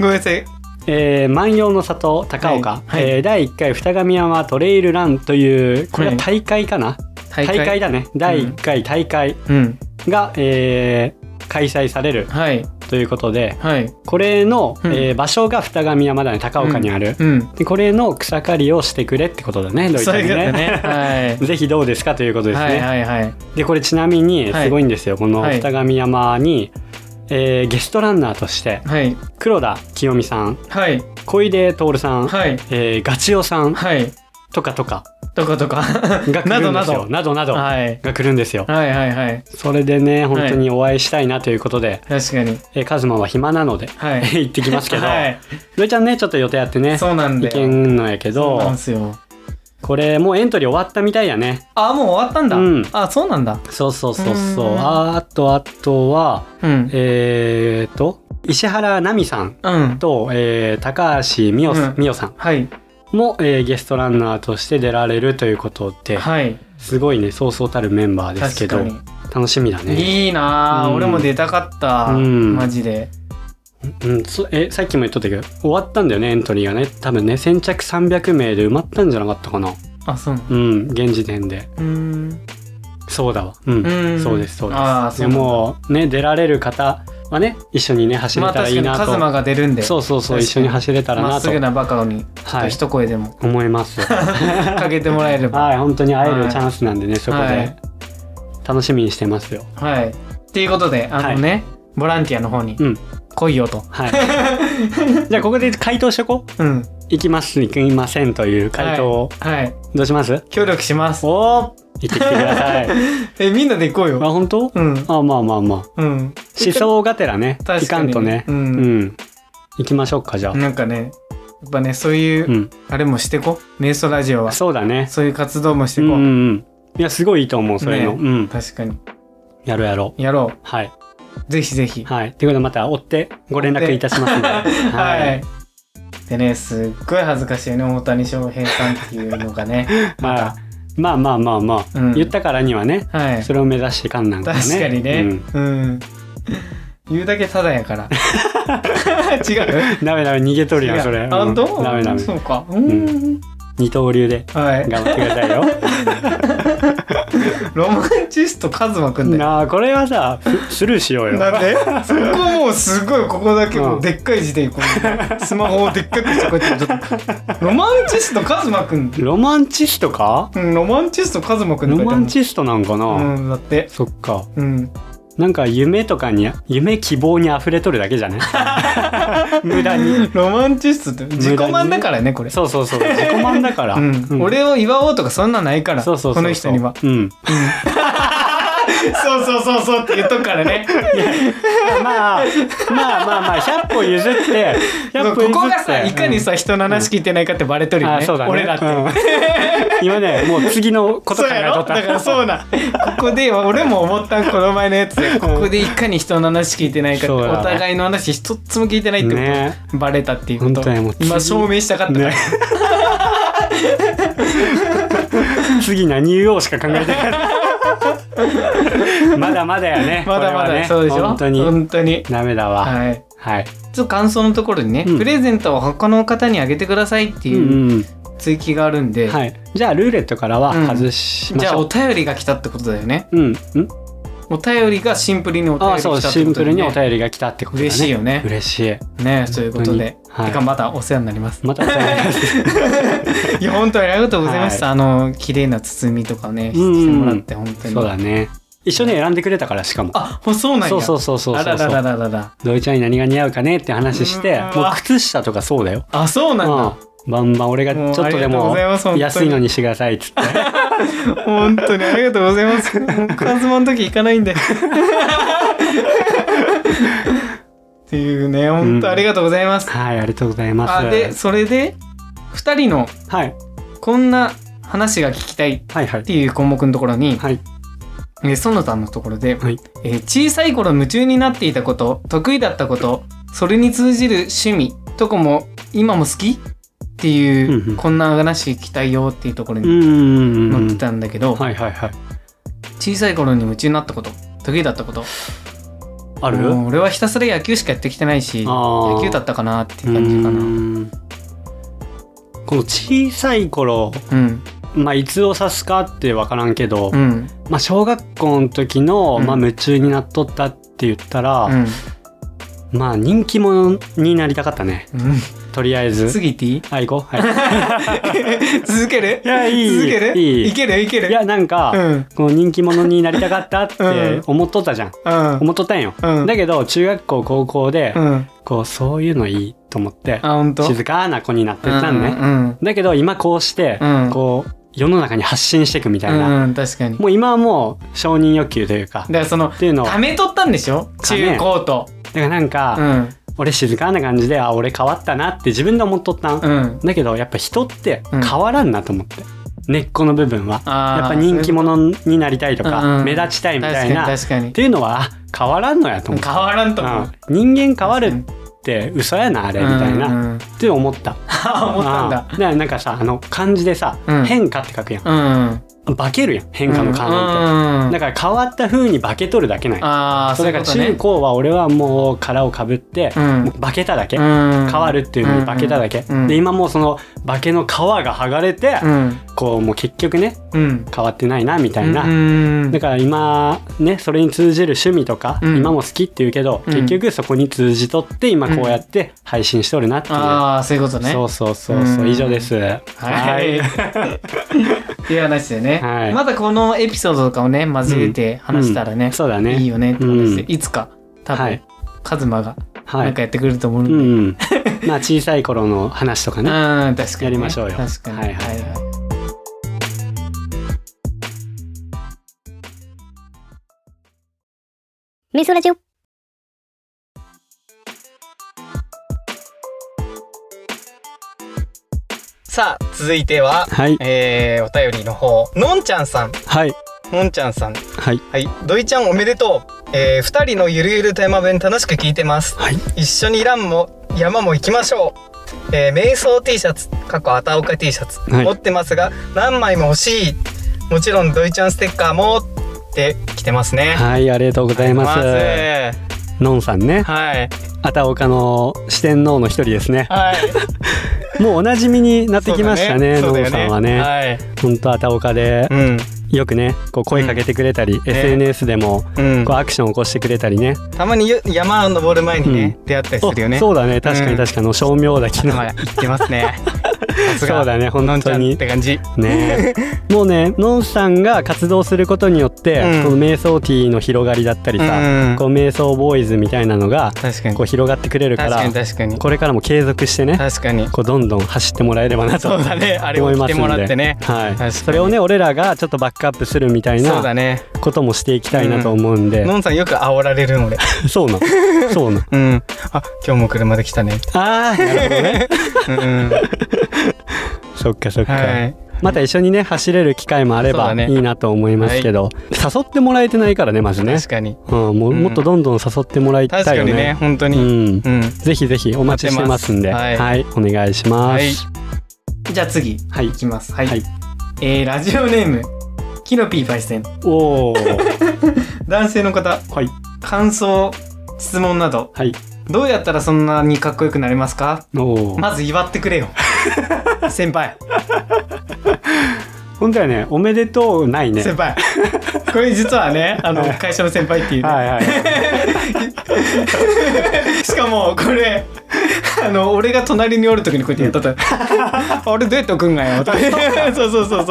Speaker 1: ごめんなさい
Speaker 2: えー万葉の里高岡、
Speaker 1: はいはい
Speaker 2: えー第1回二神山トレイルランというこれ
Speaker 1: は
Speaker 2: はい大会かな、
Speaker 1: 大
Speaker 2: 大会だね第1回大会
Speaker 1: うん
Speaker 2: が、えー開催される
Speaker 1: はい
Speaker 2: ということで
Speaker 1: はい
Speaker 2: これの、
Speaker 1: うん
Speaker 2: えー場所が二神山だね高岡にある、
Speaker 1: うん
Speaker 2: でこれの草刈りをしてくれってことだねドイツ
Speaker 1: そう
Speaker 2: に
Speaker 1: いうこと ねはい
Speaker 2: ぜひどうですかということですね、
Speaker 1: はいはいはい
Speaker 2: でこれちなみに
Speaker 1: はい
Speaker 2: すごいんですよ、この
Speaker 1: はい
Speaker 2: 二神山に、えーゲストランナーとして
Speaker 1: はい
Speaker 2: 黒田清美さん
Speaker 1: はい
Speaker 2: 小出徹さん、
Speaker 1: はい
Speaker 2: えーガチオさん
Speaker 1: はい
Speaker 2: とかとか
Speaker 1: とかとか
Speaker 2: が 来
Speaker 1: な
Speaker 2: る
Speaker 1: ど
Speaker 2: んで
Speaker 1: な
Speaker 2: すよ
Speaker 1: ど
Speaker 2: などなど
Speaker 1: はい
Speaker 2: が来るんですよ
Speaker 1: はいはいはい
Speaker 2: それでね本当にお会いしたいなということで、
Speaker 1: 確かに
Speaker 2: えーカズマは暇なので
Speaker 1: はい
Speaker 2: 行ってきますけど、
Speaker 1: はい
Speaker 2: ロイちゃんねちょっと予定あってね
Speaker 1: そうなん
Speaker 2: 行
Speaker 1: だ
Speaker 2: け
Speaker 1: よ
Speaker 2: んのやけ
Speaker 1: そうな
Speaker 2: ど
Speaker 1: んすよ
Speaker 2: これもうエントリー終わったみたいやね
Speaker 1: あもう終わったんだ、
Speaker 2: うん
Speaker 1: あそうなんだ
Speaker 2: そうそうそうそう
Speaker 1: うーん
Speaker 2: あとあとは
Speaker 1: うん
Speaker 2: えー、と石原奈美さん
Speaker 1: うん
Speaker 2: と、えー高橋美
Speaker 1: うん
Speaker 2: 代美代さん
Speaker 1: はい
Speaker 2: も、えーゲストランナーとして出られるということで、
Speaker 1: はい
Speaker 2: すごいねそうそうたるメンバーですけ
Speaker 1: 確
Speaker 2: ど
Speaker 1: かに
Speaker 2: 楽しみだね、
Speaker 1: いいなあ、
Speaker 2: うん
Speaker 1: 俺も出たかった、
Speaker 2: うん
Speaker 1: マジで
Speaker 2: うん、そえさっきも言っとったけど終わったんだよねエントリーがね多分ね先着300名で埋まったんじゃなかったかな
Speaker 1: あそうなの
Speaker 2: うん現時点で
Speaker 1: うーん
Speaker 2: そうだわうん、
Speaker 1: うん
Speaker 2: そうですそうです
Speaker 1: あーそうな
Speaker 2: で
Speaker 1: んだ
Speaker 2: もうね出られる方はね一緒にね走
Speaker 1: ま
Speaker 2: れ
Speaker 1: あ
Speaker 2: たら
Speaker 1: 確
Speaker 2: い
Speaker 1: か
Speaker 2: い
Speaker 1: に
Speaker 2: な
Speaker 1: カ
Speaker 2: と、
Speaker 1: ズマが出るんで
Speaker 2: そうそうそ
Speaker 1: 確か
Speaker 2: う
Speaker 1: に
Speaker 2: 一緒に走れたら
Speaker 1: ま
Speaker 2: な
Speaker 1: っ
Speaker 2: と
Speaker 1: すぐなバカにちょっ
Speaker 2: は
Speaker 1: と
Speaker 2: い
Speaker 1: 一声で も
Speaker 2: 思います
Speaker 1: かけてもらえれば
Speaker 2: はい、本当に会 え
Speaker 1: はい
Speaker 2: るチャンスなんでね、そこで、
Speaker 1: はい
Speaker 2: 楽しみにしてますよ。
Speaker 1: はいっていうことであのね、ボランティアの方に
Speaker 2: うん
Speaker 1: 来いよと、
Speaker 2: はい。じゃあここで回答しとこう。
Speaker 1: うん
Speaker 2: 行きます、行きませんという回答を、
Speaker 1: はい
Speaker 2: どうします？
Speaker 1: 協力します
Speaker 2: おお、行ってきてくだ さい。
Speaker 1: えみんなで行こう
Speaker 2: あ
Speaker 1: よ
Speaker 2: 本当？
Speaker 1: うん
Speaker 2: あまあまあまあ。
Speaker 1: うん
Speaker 2: 思想がてらね、
Speaker 1: 確
Speaker 2: い
Speaker 1: か
Speaker 2: か
Speaker 1: に
Speaker 2: んとね。
Speaker 1: う
Speaker 2: うんん。行きましょうかじゃあ。
Speaker 1: なんかねやっぱねそういう、
Speaker 2: うん。
Speaker 1: あれもしてこ瞑想ラジオは
Speaker 2: そうだね。
Speaker 1: そういう活動もして
Speaker 2: うん
Speaker 1: こう、
Speaker 2: うんうん。いやすごいいいと思うそれの。
Speaker 1: ね
Speaker 2: うん。
Speaker 1: 確かに
Speaker 2: やろうやろう。
Speaker 1: やろ
Speaker 2: はい。
Speaker 1: うぜひぜひ
Speaker 2: はい。ということでまた追ってご連絡いたしますので。
Speaker 1: はい。でね、すっごい恥ずかしいよね、大谷翔平さんっていうのがね。ま
Speaker 2: は
Speaker 1: だ。
Speaker 2: い。 まあまあまあまあ、
Speaker 1: うん
Speaker 2: 言ったからにはね、
Speaker 1: はい。
Speaker 2: それを目指していかんなんかね。
Speaker 1: 確かにね。うん。言うだけただや から。違う。
Speaker 2: うんダメダメ逃げとる
Speaker 1: 違
Speaker 2: よ
Speaker 1: う
Speaker 2: それ。
Speaker 1: あ、
Speaker 2: うん
Speaker 1: どう
Speaker 2: ダメダメ。
Speaker 1: そうか。うん。
Speaker 2: 二刀流で
Speaker 1: はい。
Speaker 2: 頑張ってください よ。
Speaker 1: ロマンチストカズマくんだよ。
Speaker 2: なあこれはさふスルーしようよ。
Speaker 1: なんでそこもうすごいここだけもううんでっかい字でこ うスマホをでっかくしてこうやってちょっとロマンチストカズマくん
Speaker 2: ロマンチストか？
Speaker 1: うんロマンチストカズマくん
Speaker 2: ロマン
Speaker 1: ス
Speaker 2: チストなんかな。
Speaker 1: うんだって
Speaker 2: そっか。
Speaker 1: うん
Speaker 2: なんか夢とかに夢希望に溢れとるだけじゃね。 無駄に。
Speaker 1: ロマンチストって自己満だからねこれ、
Speaker 2: そうそうそう自己満だから。
Speaker 1: うん
Speaker 2: うん
Speaker 1: 俺を祝おうとかそんなないから
Speaker 2: そうそうそうそう
Speaker 1: この人には。
Speaker 2: うん。
Speaker 1: そうそうそうそうって言っとくからね
Speaker 2: まあまあまあまあ100歩譲って
Speaker 1: そ
Speaker 2: 100
Speaker 1: う
Speaker 2: 歩
Speaker 1: こ
Speaker 2: 譲って
Speaker 1: こがさいかにさ人の話聞いてないかってバレとるよ
Speaker 2: あ
Speaker 1: ね,、
Speaker 2: そうだね
Speaker 1: 俺だって、
Speaker 2: うん今ねもう次のこ
Speaker 1: そ
Speaker 2: と考
Speaker 1: うや
Speaker 2: え
Speaker 1: ろ
Speaker 2: と
Speaker 1: だ
Speaker 2: っ
Speaker 1: か
Speaker 2: た
Speaker 1: らそうなここで俺も思ったんこの前のやつでここでいかに人の話聞いてないかって
Speaker 2: そうだね
Speaker 1: お互いの話一つも聞いてないってこと、
Speaker 2: ね
Speaker 1: バレたっていうこと
Speaker 2: 本当にもう次
Speaker 1: 今証明したかったから、
Speaker 2: ね次何言おうしか考えてないまだまだやね
Speaker 1: まだま
Speaker 2: こ
Speaker 1: だ、
Speaker 2: れはね
Speaker 1: そうでしょ
Speaker 2: 本当に
Speaker 1: 本当に
Speaker 2: ダメだわ
Speaker 1: はい
Speaker 2: はい
Speaker 1: ちょっと感想のところにね、
Speaker 2: うん
Speaker 1: プレゼントを他の方にあげてくださいって
Speaker 2: う
Speaker 1: いうん
Speaker 2: うん
Speaker 1: 追記があるんで、
Speaker 2: はいじゃあルーレットからは外しま
Speaker 1: じ
Speaker 2: し
Speaker 1: ゃあ
Speaker 2: ょ
Speaker 1: お
Speaker 2: う
Speaker 1: 便りが来たってことだよね
Speaker 2: うんうん
Speaker 1: お便りがシンプルにお
Speaker 2: あ
Speaker 1: 便
Speaker 2: あ
Speaker 1: り
Speaker 2: そう
Speaker 1: が来たっ
Speaker 2: シ
Speaker 1: てこ
Speaker 2: ンプ
Speaker 1: と
Speaker 2: ル
Speaker 1: で、
Speaker 2: にお
Speaker 1: ね、
Speaker 2: 便りが来たってことだね
Speaker 1: 嬉しいよね
Speaker 2: 嬉しい
Speaker 1: ねそういうことで、
Speaker 2: 本当にはい
Speaker 1: てかまたお世話になります
Speaker 2: またお便りが来た
Speaker 1: いや本当にありがとうございました、あの綺麗な包みとかねしてもらって本 当に
Speaker 2: そうだね一緒に選んでくれたからしかも
Speaker 1: あもうそうなんや
Speaker 2: そうそうそうそう
Speaker 1: あ
Speaker 2: そ
Speaker 1: ら
Speaker 2: う
Speaker 1: ららららら
Speaker 2: ドイちゃんに何が似合うかねって話して
Speaker 1: うん
Speaker 2: もう靴下とかそうだよ
Speaker 1: あそうなんだ、
Speaker 2: うんバンバン俺がちょっとで
Speaker 1: もうあ
Speaker 2: も
Speaker 1: りがとうございます本当に
Speaker 2: 安いのにしてくださいっつ って
Speaker 1: 本当にありがとうございますもうカズマの時行かないん でっていうね本当ありがとうございます、
Speaker 2: はい、ありがとうございます。
Speaker 1: あでそれで2人の
Speaker 2: はい、
Speaker 1: こんな話が聞きたいっ
Speaker 2: はいはい
Speaker 1: ていう項目のところに、
Speaker 2: はい
Speaker 1: えー、園さんのところで、
Speaker 2: はい
Speaker 1: えー小さい頃夢中になっていたこと得意だったことそれに通じる趣味とこも今も好きっていう、
Speaker 2: うんうん
Speaker 1: こんな話聞きたいよっていうところ
Speaker 2: う
Speaker 1: に
Speaker 2: ん
Speaker 1: 載ってたんだけど、
Speaker 2: はいはいはい
Speaker 1: 小さい頃に夢中になったこと得意だったこと
Speaker 2: ある
Speaker 1: もう俺はひたすら野球しかやってきてないし
Speaker 2: あー
Speaker 1: 野球だったかなっていう感じか
Speaker 2: う
Speaker 1: な
Speaker 2: ーんこの小さい頃
Speaker 1: うん
Speaker 2: まあいつを指すかって分からんけど、
Speaker 1: うん
Speaker 2: まあ小学校の時の、
Speaker 1: うん
Speaker 2: まあ夢中になっとったって言ったら、
Speaker 1: うん
Speaker 2: まあ人気者になりたかったね
Speaker 1: う
Speaker 2: とりあえ
Speaker 1: ん
Speaker 2: ず
Speaker 1: 次行 っていい
Speaker 2: あ行こうは
Speaker 1: 続け る
Speaker 2: いやいい
Speaker 1: 続ける
Speaker 2: いい
Speaker 1: けるいける
Speaker 2: いいやなんか、
Speaker 1: うん
Speaker 2: この人気者になりたかったっ
Speaker 1: うん
Speaker 2: て思っとったじゃん、
Speaker 1: うん
Speaker 2: 思っとったんよ、
Speaker 1: うん
Speaker 2: だけど中学校高校で、
Speaker 1: うん
Speaker 2: こうそういうのいいと思って
Speaker 1: あ本当
Speaker 2: 静かな子になってったんね、
Speaker 1: うん
Speaker 2: だけど今こうして、
Speaker 1: うん
Speaker 2: こう世の中に発信していくみたいな、
Speaker 1: うんうん確かにだか
Speaker 2: もう今はもう承認欲求というか、っ
Speaker 1: らその
Speaker 2: ていうのをだ
Speaker 1: た
Speaker 2: か
Speaker 1: めとったんでしょ
Speaker 2: ため
Speaker 1: 中高と
Speaker 2: らなんか、
Speaker 1: うん
Speaker 2: 俺静かな感じであ俺変わったなって自分で思っとったん、
Speaker 1: うん
Speaker 2: だけどやっぱ人って
Speaker 1: うん
Speaker 2: 変わらんなと思って、根っこの部分は
Speaker 1: あー
Speaker 2: やっぱ人気者になりたいと
Speaker 1: うん
Speaker 2: か、
Speaker 1: うん
Speaker 2: 目立ちたいみ
Speaker 1: 確
Speaker 2: た
Speaker 1: か
Speaker 2: い
Speaker 1: に
Speaker 2: なっ
Speaker 1: 確かに
Speaker 2: ていうのはあ変わらんのやと思って
Speaker 1: 変わらんと思う
Speaker 2: うん人間変わるって嘘やなあれみたいな、
Speaker 1: うん
Speaker 2: っ
Speaker 1: うん
Speaker 2: て思った
Speaker 1: 思ったんだ
Speaker 2: あーだからなんかさあの漢字でさ、
Speaker 1: うん
Speaker 2: 変化って書くやん
Speaker 1: うん
Speaker 2: 化けるやん変化の
Speaker 1: うん
Speaker 2: 感って、
Speaker 1: うん
Speaker 2: だから変わった風に化けとるだけない
Speaker 1: ああ
Speaker 2: そ
Speaker 1: そううい
Speaker 2: だ
Speaker 1: う
Speaker 2: から
Speaker 1: こと
Speaker 2: 中
Speaker 1: ね
Speaker 2: 高は俺はもう殻をかぶって、
Speaker 1: うん
Speaker 2: もう化けただけ、
Speaker 1: 変
Speaker 2: 変わるっていうのに化けただけ、
Speaker 1: うんうん
Speaker 2: で今もうその化けの皮が剥がれて、
Speaker 1: うん
Speaker 2: こうもう結局ね
Speaker 1: うんみ
Speaker 2: 変わってないなみたいな、
Speaker 1: うん
Speaker 2: だから今ねそれに通じる趣味とか、
Speaker 1: うん
Speaker 2: 今も好きって言うけど、
Speaker 1: うん
Speaker 2: 結局そこに通じとって今こうやって配信しとるなっていう、
Speaker 1: ああそういうことね
Speaker 2: そうそうそうそううん以上です
Speaker 1: はい っていう話でね、
Speaker 2: はい
Speaker 1: まだこのエピソードとかをね交えて話したらね、
Speaker 2: そうだね
Speaker 1: いいよねって話で、
Speaker 2: うん
Speaker 1: いつか多分、
Speaker 2: はい
Speaker 1: カズマが
Speaker 2: は
Speaker 1: なん
Speaker 2: い
Speaker 1: かやってくれると思うん
Speaker 2: う
Speaker 1: で、
Speaker 2: んうんまあ小さい頃の話とかね
Speaker 1: うん、確かに、ね。
Speaker 2: やりましょうよ
Speaker 1: 確かに。
Speaker 2: はいはい
Speaker 3: メソラジオ
Speaker 1: さあ、続いては、
Speaker 2: はい
Speaker 1: えー、お便りの方、のんちゃんさん、
Speaker 2: はい
Speaker 1: のんちゃんさん。
Speaker 2: はい
Speaker 1: はい、ドイちゃんおめでとう。えー、二人のゆるゆるテーマ弁楽しく聞いてます。
Speaker 2: はい
Speaker 1: 一緒にランも山も行きましょう。えー、瞑想 T シャツ、過去あたおか T シャツ、
Speaker 2: はい
Speaker 1: 持ってますが、何枚も欲しい。もちろんドイちゃんステッカーもって来てますね。
Speaker 2: はいありがとうございます
Speaker 1: ありがとう
Speaker 2: のんさんね
Speaker 1: ございますはい。
Speaker 2: あたおかの四天王の一人ですね
Speaker 1: はい。
Speaker 2: もうおなじみになってきましたね
Speaker 1: そうだ
Speaker 2: のんさんはね
Speaker 1: はい。
Speaker 2: 本当あたおかで
Speaker 1: うん。
Speaker 2: よくねこう声かけてくれたり、SNS でも
Speaker 1: うん
Speaker 2: こうアクションを起こしてくれたりね、
Speaker 1: たまによ山登る前にね、出会ったりするよね。
Speaker 2: おそうだね確か
Speaker 1: うん
Speaker 2: に確かに、照明だけの
Speaker 1: まあ、行ってますね。さすが
Speaker 2: そうだね本
Speaker 1: のんち
Speaker 2: 当
Speaker 1: ゃんっ
Speaker 2: に
Speaker 1: て感じ。
Speaker 2: ねもうねのんさんが活動することによって、
Speaker 1: うん
Speaker 2: この瞑想ティーの広がりだったりさ、
Speaker 1: うん
Speaker 2: こう瞑想ボーイズみたいなのが
Speaker 1: 確かに。
Speaker 2: こう広がってくれるか
Speaker 1: 確
Speaker 2: ら
Speaker 1: かに確かに。
Speaker 2: これからも継続してね
Speaker 1: 確かに。
Speaker 2: こうどんどん走ってもらえればなと
Speaker 1: そうだ ね。あれを
Speaker 2: 思い
Speaker 1: 来
Speaker 2: ま
Speaker 1: て
Speaker 2: す
Speaker 1: もら
Speaker 2: ん
Speaker 1: っ
Speaker 2: で
Speaker 1: てね。確かに
Speaker 2: はい、それをね俺らがちょっとバックアップするみたい
Speaker 1: そうだ
Speaker 2: な
Speaker 1: ね。
Speaker 2: こともしていきたいなと思うんで、
Speaker 1: のんさんよく煽られるので。
Speaker 2: そうな のそうなの
Speaker 1: うん。あ、今日も車で来たね。
Speaker 2: ああなるほ どね
Speaker 1: うん。
Speaker 2: そっかそっか、
Speaker 1: はい。
Speaker 2: また一緒にね走れる機会もあれ
Speaker 1: そう
Speaker 2: ば
Speaker 1: だね
Speaker 2: いいなと思いますけど、誘ってもらえてないからねまずね
Speaker 1: 確、かに。
Speaker 2: うん、もう
Speaker 1: うん
Speaker 2: もっとどんどん誘ってもらいた
Speaker 1: 確
Speaker 2: い
Speaker 1: か
Speaker 2: よ
Speaker 1: にね、
Speaker 2: ね。
Speaker 1: 本当
Speaker 2: う
Speaker 1: に。
Speaker 2: ん
Speaker 1: うん。
Speaker 2: ぜひぜひお待ちしてますんで、
Speaker 1: 待
Speaker 2: は
Speaker 1: って
Speaker 2: い、
Speaker 1: ま
Speaker 2: お願いしま
Speaker 1: はい
Speaker 2: す。。
Speaker 1: じゃあ次、い
Speaker 2: はい、
Speaker 1: きます。はい
Speaker 2: はい。
Speaker 1: えー、ラジオネーム、キノピーパイセン。
Speaker 2: おお、 は
Speaker 1: 男性の方、
Speaker 2: い、
Speaker 1: 感想、質問など、
Speaker 2: はい、
Speaker 1: どうやったらそんなにかっこよくなれますか
Speaker 2: おお。
Speaker 1: まず祝ってく れよ先輩
Speaker 2: 本当はね、おめでとうないね。
Speaker 1: 先輩これ実はねあの会社の先輩っていうね、
Speaker 2: は いはい。
Speaker 1: しかもこれあの俺が隣におる時にこうやって やったと「あれどうやって送んがよ」とそうそうそうそう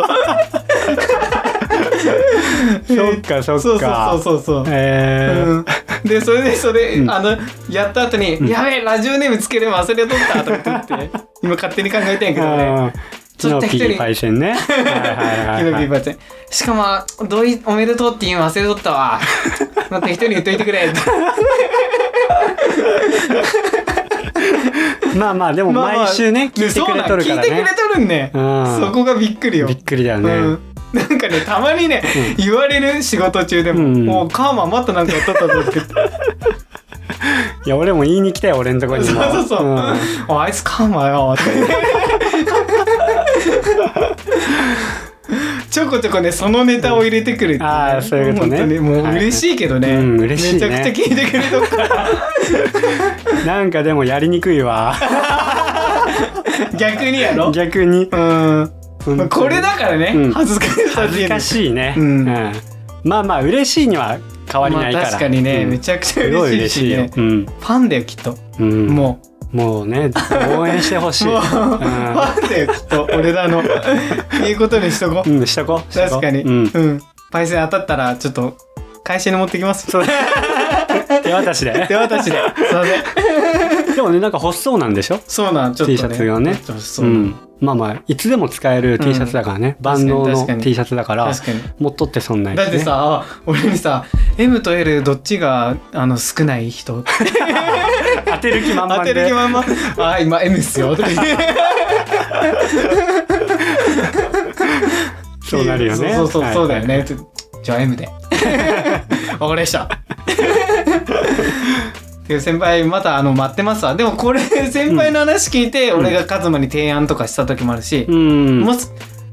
Speaker 2: そっかそっか。
Speaker 1: そうそうそうそう
Speaker 2: えー
Speaker 1: うんでそれでそれ、
Speaker 2: うん
Speaker 1: あのやった後に「やべえラジオネームつければ忘れとった」とかって言って今勝手に考えてんやけどね
Speaker 2: あー
Speaker 1: ち
Speaker 2: キ
Speaker 1: ょっ
Speaker 2: ノ
Speaker 1: と
Speaker 2: ピーパイセンね。はいはいは い
Speaker 1: キノ
Speaker 2: は
Speaker 1: ピー
Speaker 2: い。
Speaker 1: バーちゃんしかも、どうい、おめでとうって言うの忘れとった わ。また一人に言っといてくれ。
Speaker 2: まあまあでも
Speaker 1: まあまあ
Speaker 2: 毎週ね、聞いて
Speaker 1: そう
Speaker 2: く
Speaker 1: な
Speaker 2: れ
Speaker 1: ん
Speaker 2: とるからね。
Speaker 1: 聞いてくれとるるんね
Speaker 2: うん
Speaker 1: そこがびっくりよ
Speaker 2: びっくりだよね、
Speaker 1: うんなんかねたまにね、
Speaker 2: うん
Speaker 1: 言われる仕事中でも「
Speaker 2: うん
Speaker 1: もうカーマンまたなんかやっとったぞ」って言って
Speaker 2: いや俺も言いに来たよ俺んとこにも
Speaker 1: そうそうそう、
Speaker 2: ん
Speaker 1: おあいつカーマンよ」ってちょこちょこねそのネタを入れてくるってね
Speaker 2: あーそういうことね
Speaker 1: 本当にもう
Speaker 2: はい
Speaker 1: 嬉しいけどね、
Speaker 2: うん嬉しいね
Speaker 1: めちゃくちゃ聞いてくれとく から
Speaker 2: なんかでもやりにくいわ
Speaker 1: 逆にやろ
Speaker 2: 逆に
Speaker 1: うん
Speaker 2: 本当に
Speaker 1: これだからね、
Speaker 2: うん
Speaker 1: 恥ずかしさ
Speaker 2: 恥ずか
Speaker 1: い
Speaker 2: しいね、
Speaker 1: うん
Speaker 2: まあまあ嬉しいには変わりないから、
Speaker 1: 確かにね、
Speaker 2: うん
Speaker 1: めちゃくちゃ
Speaker 2: すごい
Speaker 1: 嬉
Speaker 2: 嬉
Speaker 1: しい
Speaker 2: し
Speaker 1: し
Speaker 2: い
Speaker 1: ね
Speaker 2: よ、うん
Speaker 1: ファンだよきっと、
Speaker 2: うん、も
Speaker 1: も
Speaker 2: うね応援してほし
Speaker 1: う
Speaker 2: い、
Speaker 1: もう、フ
Speaker 2: う
Speaker 1: ァンだよきっと俺らのいうことにしとこうん
Speaker 2: うん、しとこしとこ
Speaker 1: 確かにう
Speaker 2: うんん、
Speaker 1: パイセン当たったらちょっと会社に持ってきます
Speaker 2: そう手渡し で
Speaker 1: 手渡しでそうね
Speaker 2: でもねなんか細そうなんでしょ
Speaker 1: そうなんちょっと、ね、
Speaker 2: T シャツがね
Speaker 1: ちょっとそう、
Speaker 2: ん、まあまあいつでも使える T シャツだからね、万能
Speaker 1: 確
Speaker 2: の
Speaker 1: かに
Speaker 2: T シャツだから
Speaker 1: 確かに
Speaker 2: 持っとって損ないしね
Speaker 1: だってさ、俺にさ M と L どっちがあの少ない人
Speaker 2: 当てる気満
Speaker 1: 当
Speaker 2: 々で
Speaker 1: てる気まんま「あー今 M っすよ」とか言って
Speaker 2: そうなるよね
Speaker 1: そうそうそう
Speaker 2: はい
Speaker 1: そうだよね。じゃあ M で。わかりました。っていう先輩またあの待ってますわ。でもこれ先輩の話聞いて、俺がカズマに提案とかした時もあるし、
Speaker 2: うん
Speaker 1: もし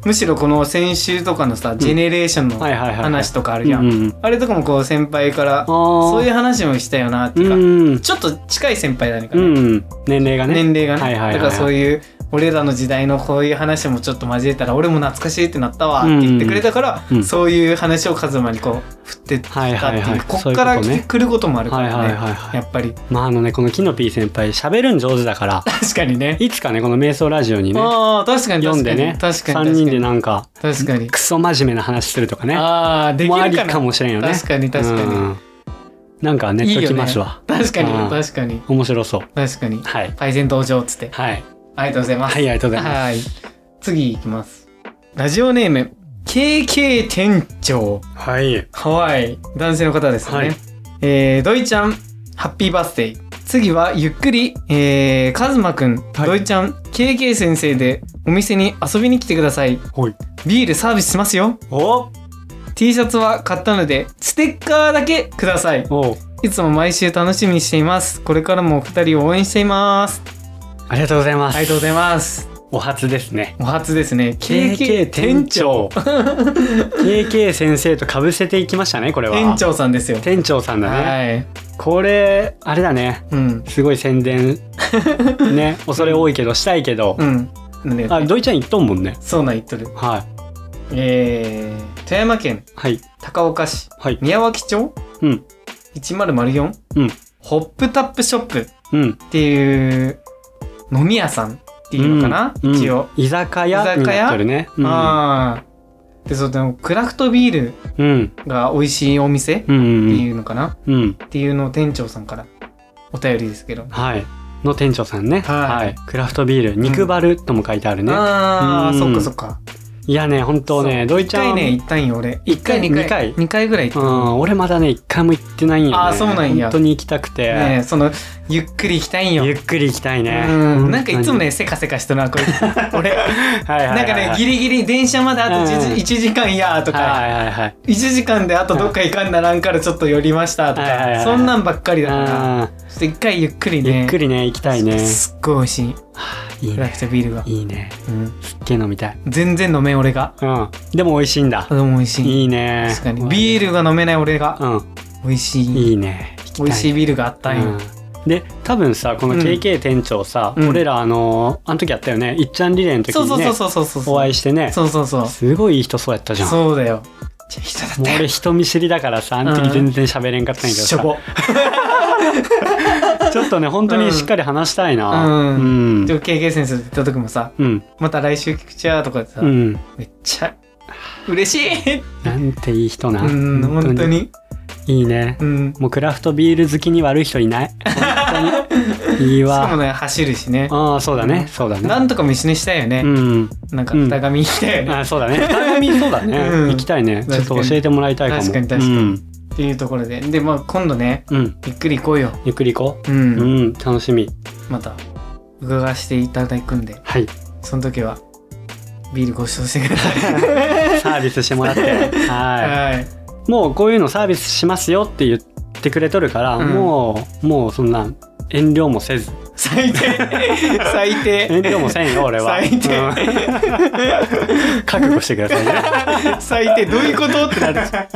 Speaker 1: むしろこの先週とかのさ、ジェネレーションの
Speaker 2: はいはいはいはい
Speaker 1: 話とかあるじゃ。
Speaker 2: うんんうん
Speaker 1: あれとかもこう先輩から
Speaker 2: ー
Speaker 1: そういう話もしたよなっていううか、
Speaker 2: ん
Speaker 1: ちょっと近い先輩だねか
Speaker 2: う
Speaker 1: らね。
Speaker 2: ん年齢がね
Speaker 1: 年齢がね、
Speaker 2: はいはいはいはい
Speaker 1: だからそういう俺らの時代のこういう話もちょっと交えたら俺も懐かしいってなったわって言ってくれたから、
Speaker 2: うんうん
Speaker 1: そういう話をカズマにこう振ってきたっていう、
Speaker 2: はいはいはい
Speaker 1: こっから
Speaker 2: そういうことね
Speaker 1: 来てくることもあるからね、
Speaker 2: はいはいはいはい
Speaker 1: やっぱり
Speaker 2: まああのねこのキノピー先輩喋るん上手だから
Speaker 1: 確かにね
Speaker 2: いつかねこの瞑想ラジオにね
Speaker 1: ああ確かに
Speaker 2: 読
Speaker 1: 確
Speaker 2: ん
Speaker 1: かに、
Speaker 2: でね
Speaker 1: 確かに
Speaker 2: 3
Speaker 1: 確
Speaker 2: 人
Speaker 1: か
Speaker 2: で
Speaker 1: に
Speaker 2: なんか
Speaker 1: 確かに
Speaker 2: クソ真面目な話するとかね
Speaker 1: ああでき
Speaker 2: もあ
Speaker 1: る
Speaker 2: り
Speaker 1: かな
Speaker 2: かもしれんよね
Speaker 1: 確かに確かに
Speaker 2: うんなんかネ
Speaker 1: い
Speaker 2: ッ
Speaker 1: い
Speaker 2: ト
Speaker 1: よ
Speaker 2: き
Speaker 1: ね
Speaker 2: ますわ
Speaker 1: 確かに
Speaker 2: うん
Speaker 1: 確かに
Speaker 2: 面白そう
Speaker 1: 確かに
Speaker 2: はい
Speaker 1: パイセン登場っつって
Speaker 2: はい
Speaker 1: ありがとうございます
Speaker 2: はいありがとうございます
Speaker 1: はい次いきますラジオネーム KK 店長
Speaker 2: はい
Speaker 1: はい男性の方ですね、
Speaker 2: はい
Speaker 1: えー、ドイちゃんハッピーバースデー次はゆっくり、えー、カズマくん、
Speaker 2: はい
Speaker 1: ドイちゃん KK 先生でお店に遊びに来てください
Speaker 2: ほい
Speaker 1: ビールサービスしますよ
Speaker 2: お
Speaker 1: T シャツは買ったのでステッカーだけください
Speaker 2: お
Speaker 1: いつも毎週楽しみにしていますこれからもお二人を応援しています
Speaker 2: ありがとうございます
Speaker 1: ありがとうございます
Speaker 2: お初ですね
Speaker 1: お初ですね
Speaker 2: KK 店長 KK 先生とかぶせていきましたねこれは
Speaker 1: 店長さんですよ
Speaker 2: 店長さんだね、
Speaker 1: はい
Speaker 2: これあれだね
Speaker 1: うん
Speaker 2: すごい 宣伝ね恐れ多いけどしたいけど
Speaker 1: う、んなんで
Speaker 2: あドイちゃん行っとんもんね
Speaker 1: そうなん言っとる
Speaker 2: はい
Speaker 1: えー、富山県
Speaker 2: はい
Speaker 1: 高岡市
Speaker 2: はい
Speaker 1: 宮脇町
Speaker 2: うん
Speaker 1: 1004、
Speaker 2: うん
Speaker 1: ホップタップショップっ
Speaker 2: うん
Speaker 1: ていう飲み屋さんっていうのかな、
Speaker 2: うん
Speaker 1: 一応、
Speaker 2: 居酒屋になってるねうん
Speaker 1: ああでそのクラフトビール
Speaker 2: うん
Speaker 1: が美味しいお店って
Speaker 2: うんうん
Speaker 1: いうのかな、
Speaker 2: うんうん
Speaker 1: っていうのを店長さんからお便りですけど、
Speaker 2: はいの店長さんね
Speaker 1: はい
Speaker 2: クラフトビール肉バルとも書いてあるね
Speaker 1: ああ
Speaker 2: うん
Speaker 1: そっかそっか
Speaker 2: いやね本当ね
Speaker 1: そう
Speaker 2: ドイちゃ
Speaker 1: 一
Speaker 2: ん
Speaker 1: 回ね行ったんよ俺
Speaker 2: 一回
Speaker 1: 二
Speaker 2: 二回
Speaker 1: 二回ぐらい行
Speaker 2: う
Speaker 1: ったの
Speaker 2: ん俺まだね一回も行ってないんよね
Speaker 1: あーそうなんや
Speaker 2: 本当に行きたくて
Speaker 1: ねえそのゆっくり行きたいんよ
Speaker 2: ゆっくり行きたいね
Speaker 1: うんなんかいつもねせかせかしとるなこれ 俺な
Speaker 2: なん
Speaker 1: かねギリギリ電車まであと
Speaker 2: うん
Speaker 1: 1, 時間やと
Speaker 2: は
Speaker 1: か
Speaker 2: いはいはい
Speaker 1: 1時間であとどっか行かんならんからちょっと寄りましたと
Speaker 2: はいはいはいは
Speaker 1: か
Speaker 2: い
Speaker 1: そんなんばっかりだから
Speaker 2: あ
Speaker 1: ちょっと一回ゆっくり
Speaker 2: ー
Speaker 1: ね
Speaker 2: ゆっくりね行きたいね
Speaker 1: すっごい美味しい
Speaker 2: いい
Speaker 1: クラ
Speaker 2: ね
Speaker 1: フトビールが、
Speaker 2: いいね
Speaker 1: うん
Speaker 2: すっげえ飲みたい
Speaker 1: 全然飲めん俺が
Speaker 2: うんでも美味しいんだ
Speaker 1: でも美味しい
Speaker 2: いいね
Speaker 1: 確かにビールが飲めない俺が
Speaker 2: う
Speaker 1: 美味し
Speaker 2: ん
Speaker 1: い
Speaker 2: いいね行きた
Speaker 1: 美味しいビールがあったんよ、
Speaker 2: うんで多分さこの
Speaker 1: うん
Speaker 2: KK 店長さ、
Speaker 1: うん
Speaker 2: 俺らあのーあの時やったよねいっちゃんリレーの時
Speaker 1: そう
Speaker 2: に
Speaker 1: そう
Speaker 2: ね
Speaker 1: そうそうそうそう
Speaker 2: お会いしてね
Speaker 1: そうそうそう
Speaker 2: すごいいい人そうやったじゃんも
Speaker 1: そうだよじゃあ人だ
Speaker 2: う
Speaker 1: ったよ
Speaker 2: 俺人見知りだからさあの時全然喋れんかったんやけど
Speaker 1: し
Speaker 2: さ
Speaker 1: ょ、ぼ
Speaker 2: ちょっとね本当にしっかり話したいな
Speaker 1: うん
Speaker 2: うん
Speaker 1: でも KK 先生と行った時もさ
Speaker 2: うん、
Speaker 1: また来週聞くちゃーとかってさ、
Speaker 2: うん、
Speaker 1: めっちゃ嬉しい
Speaker 2: なんていい人な
Speaker 1: うん本当に
Speaker 2: いいね
Speaker 1: うんし
Speaker 2: もうクラフトビール好きに悪い人いない本当にいい
Speaker 1: か
Speaker 2: わ
Speaker 1: もね走るしね
Speaker 2: ああそうだねそうだね
Speaker 1: なんとか飯にしたいよね、
Speaker 2: うん
Speaker 1: なんか二神したよね、
Speaker 2: あそうだね番組そうだね、
Speaker 1: うん
Speaker 2: 行きたいねちょっと教えてもらいたいかも
Speaker 1: 確かに確かに
Speaker 2: うん
Speaker 1: っていうところででまあ今度ね
Speaker 2: うん、
Speaker 1: ゆっくり行こうよ
Speaker 2: ゆっくり行こ
Speaker 1: う
Speaker 2: う、
Speaker 1: ん、
Speaker 2: うん、楽しみ
Speaker 1: また伺わせていただくんで
Speaker 2: はい
Speaker 1: その時はビールご馳走してください。
Speaker 2: サービスしてもらっては
Speaker 1: はい。
Speaker 2: いもうこういうのサービスしますよって言ってくれとるから、
Speaker 1: うん
Speaker 2: もうもうそんな遠慮も せず
Speaker 1: 最低。最低。
Speaker 2: 遠慮もせんよ俺は
Speaker 1: 最低
Speaker 2: うん 覚悟してくださいね
Speaker 1: 最低どういうことってなるじゃ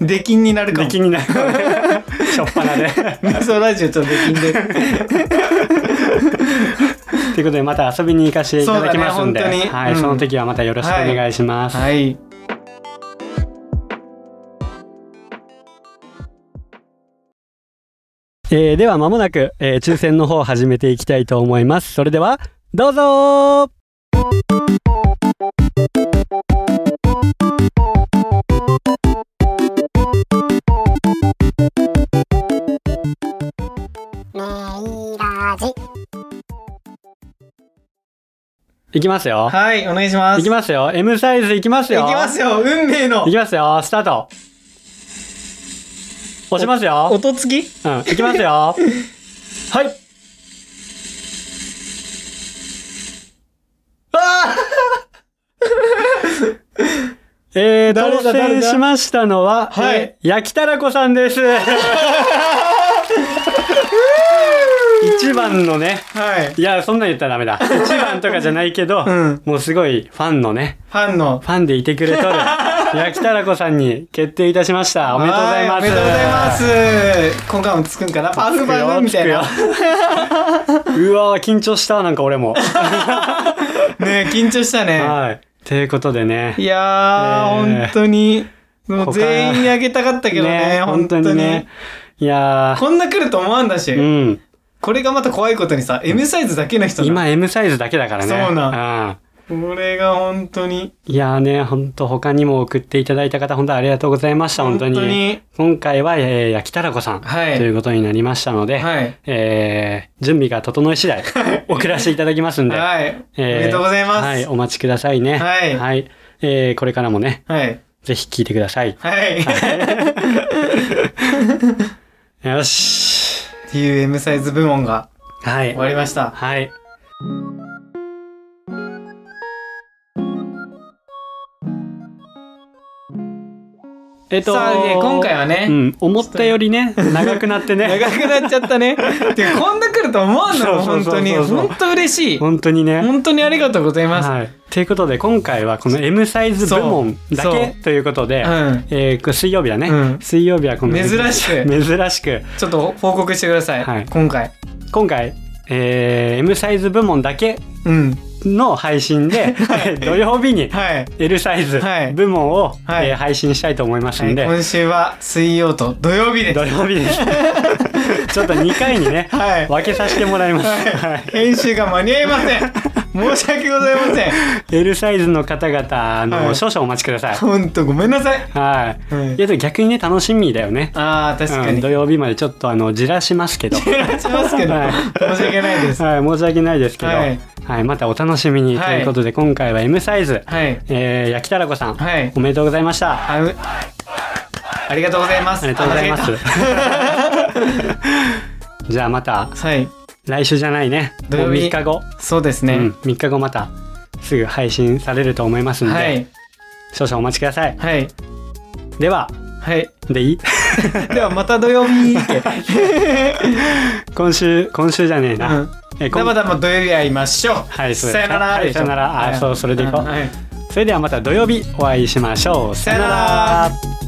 Speaker 1: ん。出禁になるか
Speaker 2: 出
Speaker 1: も。
Speaker 2: 禁になる しょっぱなでと
Speaker 1: メソラジオと出禁で。
Speaker 2: いうことでまた遊びに行かせていただきますんで、
Speaker 1: そうだね本当に
Speaker 2: はい
Speaker 1: うん
Speaker 2: その時はまたよろしくお願いします、
Speaker 1: はい。
Speaker 2: えーでは間もなく、えー抽選の方を始めていきたいと思いますそれではどうぞー
Speaker 3: メイラジ
Speaker 2: いきますよ
Speaker 1: はい、お願いします。
Speaker 2: いきますよ M サイズいきます
Speaker 1: いき
Speaker 2: よ
Speaker 1: ますよ。運命の
Speaker 2: いきますよスタート押しますよ
Speaker 1: 音付き
Speaker 2: うん、いきますよはい
Speaker 1: あ
Speaker 2: えー、
Speaker 1: 誰
Speaker 2: 当
Speaker 1: だ誰だ
Speaker 2: 選しましたのは、
Speaker 1: はい
Speaker 2: えー焼きたらこさ んです。一番のね、
Speaker 1: あはい。
Speaker 2: いや、そんなん言ったら ダメだ。一番とかじゃないけど、
Speaker 1: うん
Speaker 2: もうすごいファンのね、
Speaker 1: ファンの。
Speaker 2: ファンでいてくれ とる、焼きたらこさんに決定いたしました。おめでとうございます。
Speaker 1: はおめでとうございます。今回もつくんかなパフパフみたいな。ね
Speaker 2: つくよ。うわー緊張した、なんか俺 も。
Speaker 1: 緊張したね。
Speaker 2: はい。ということでね。
Speaker 1: いや
Speaker 2: ねえ
Speaker 1: ー、本当に。も
Speaker 2: 他
Speaker 1: う全員にあげたかったけどね、本当にね。。
Speaker 2: いや
Speaker 1: こんな来ると思わんだし、
Speaker 2: ー、うん。
Speaker 1: これがまた怖いことにさ、M サイズだけの人だ
Speaker 2: 今 M サイズだけだからね。
Speaker 1: そうな
Speaker 2: うん。
Speaker 1: これが本当に。
Speaker 2: いやーね、ほんと他にも送っていただいた方、本当ありがとうございました、本当に。
Speaker 1: 本当に
Speaker 2: 今回は、えー、焼きたらこさん、
Speaker 1: はい
Speaker 2: ということになりましたので、
Speaker 1: はい。
Speaker 2: えー、準備が整い次第、送らせていただきますんで、
Speaker 1: はい。お
Speaker 2: えー
Speaker 1: めでとうございます。
Speaker 2: はい、お待ちくださいね。
Speaker 1: はい
Speaker 2: えー、これからもね、
Speaker 1: はい。
Speaker 2: ぜひ聞いてください。
Speaker 1: はい。
Speaker 2: よし。
Speaker 1: っていう M サイズ部門が
Speaker 2: はい。
Speaker 1: 終わりました。
Speaker 2: はい。えっと、
Speaker 1: さあ、で今回
Speaker 2: は、
Speaker 1: はね、
Speaker 2: うん、思ったよりね、長くなってね、
Speaker 1: 長くなっちゃった ね。てかこんな来ると思わんの、
Speaker 2: そう
Speaker 1: 本
Speaker 2: そう
Speaker 1: 当
Speaker 2: そう
Speaker 1: に。
Speaker 2: そう
Speaker 1: 本当嬉しい。
Speaker 2: 本当にね。
Speaker 1: 本当にありがとうございます。
Speaker 2: はい。ということで、今回はこの M サイズ部門だ
Speaker 1: そう
Speaker 2: けということで、
Speaker 1: うん。
Speaker 2: えーこれ水曜日だね、
Speaker 1: うん
Speaker 2: 水曜日はこの
Speaker 1: 珍しく
Speaker 2: 珍しく
Speaker 1: ちょっと報告してください。
Speaker 2: はい
Speaker 1: 今回。
Speaker 2: 今回、えー M サイズ部門だけ
Speaker 1: うん。
Speaker 2: の配信 で、 土曜日に
Speaker 1: はい。
Speaker 2: L サイズ
Speaker 1: はい
Speaker 2: 部門を、
Speaker 1: はい
Speaker 2: えー配信したいと思いますんで、
Speaker 1: 今週は水曜と土曜日です。
Speaker 2: 土曜日ですちょっと2回に ね、
Speaker 1: はい。
Speaker 2: 分けさせてもらいます、はい
Speaker 1: 編集が間に合いません。 申し訳ございません。
Speaker 2: L サイズの方々あの、
Speaker 1: はい
Speaker 2: 少々お待ちください
Speaker 1: ほんとごめんなさい。
Speaker 2: はい、
Speaker 1: はい
Speaker 2: いやでも逆にね楽しみだよね、
Speaker 1: ああ、確か
Speaker 2: うん、
Speaker 1: に。
Speaker 2: 土曜日までちょっとあのじらしますけどはい
Speaker 1: しますけど、
Speaker 2: はい
Speaker 1: 申し訳ないです。
Speaker 2: 申し訳ないですけど、
Speaker 1: は
Speaker 2: はいいまたお楽しみに、
Speaker 1: はい
Speaker 2: ということで今回は M サイズ、
Speaker 1: はい。
Speaker 2: えー、焼きたらこさん、
Speaker 1: はい
Speaker 2: おめでとうございました
Speaker 1: あうありがとうございます。
Speaker 2: ありがとうございます
Speaker 1: あ間違
Speaker 2: じゃあまた
Speaker 1: えたはい。
Speaker 2: 来週じゃないね
Speaker 1: 土曜日
Speaker 2: もう3日後、
Speaker 1: そうです
Speaker 2: うん、
Speaker 1: ね。
Speaker 2: 3日後またすぐ配信されると思いますんで、
Speaker 1: はい。
Speaker 2: 少々お待ちください
Speaker 1: はい。
Speaker 2: では
Speaker 1: はい。
Speaker 2: でいい
Speaker 1: ではまた土曜日 って。
Speaker 2: 今週今週じゃねえな、
Speaker 1: うん
Speaker 2: えーこ
Speaker 1: で
Speaker 2: ん
Speaker 1: はまた土曜日会いましょう。
Speaker 2: はいそう
Speaker 1: さよなら
Speaker 2: はい
Speaker 1: でしょ。
Speaker 2: さよならあ
Speaker 1: はい
Speaker 2: そうそれでいこう
Speaker 1: はい
Speaker 2: それではまた土曜日お会いしましょう
Speaker 1: さよなら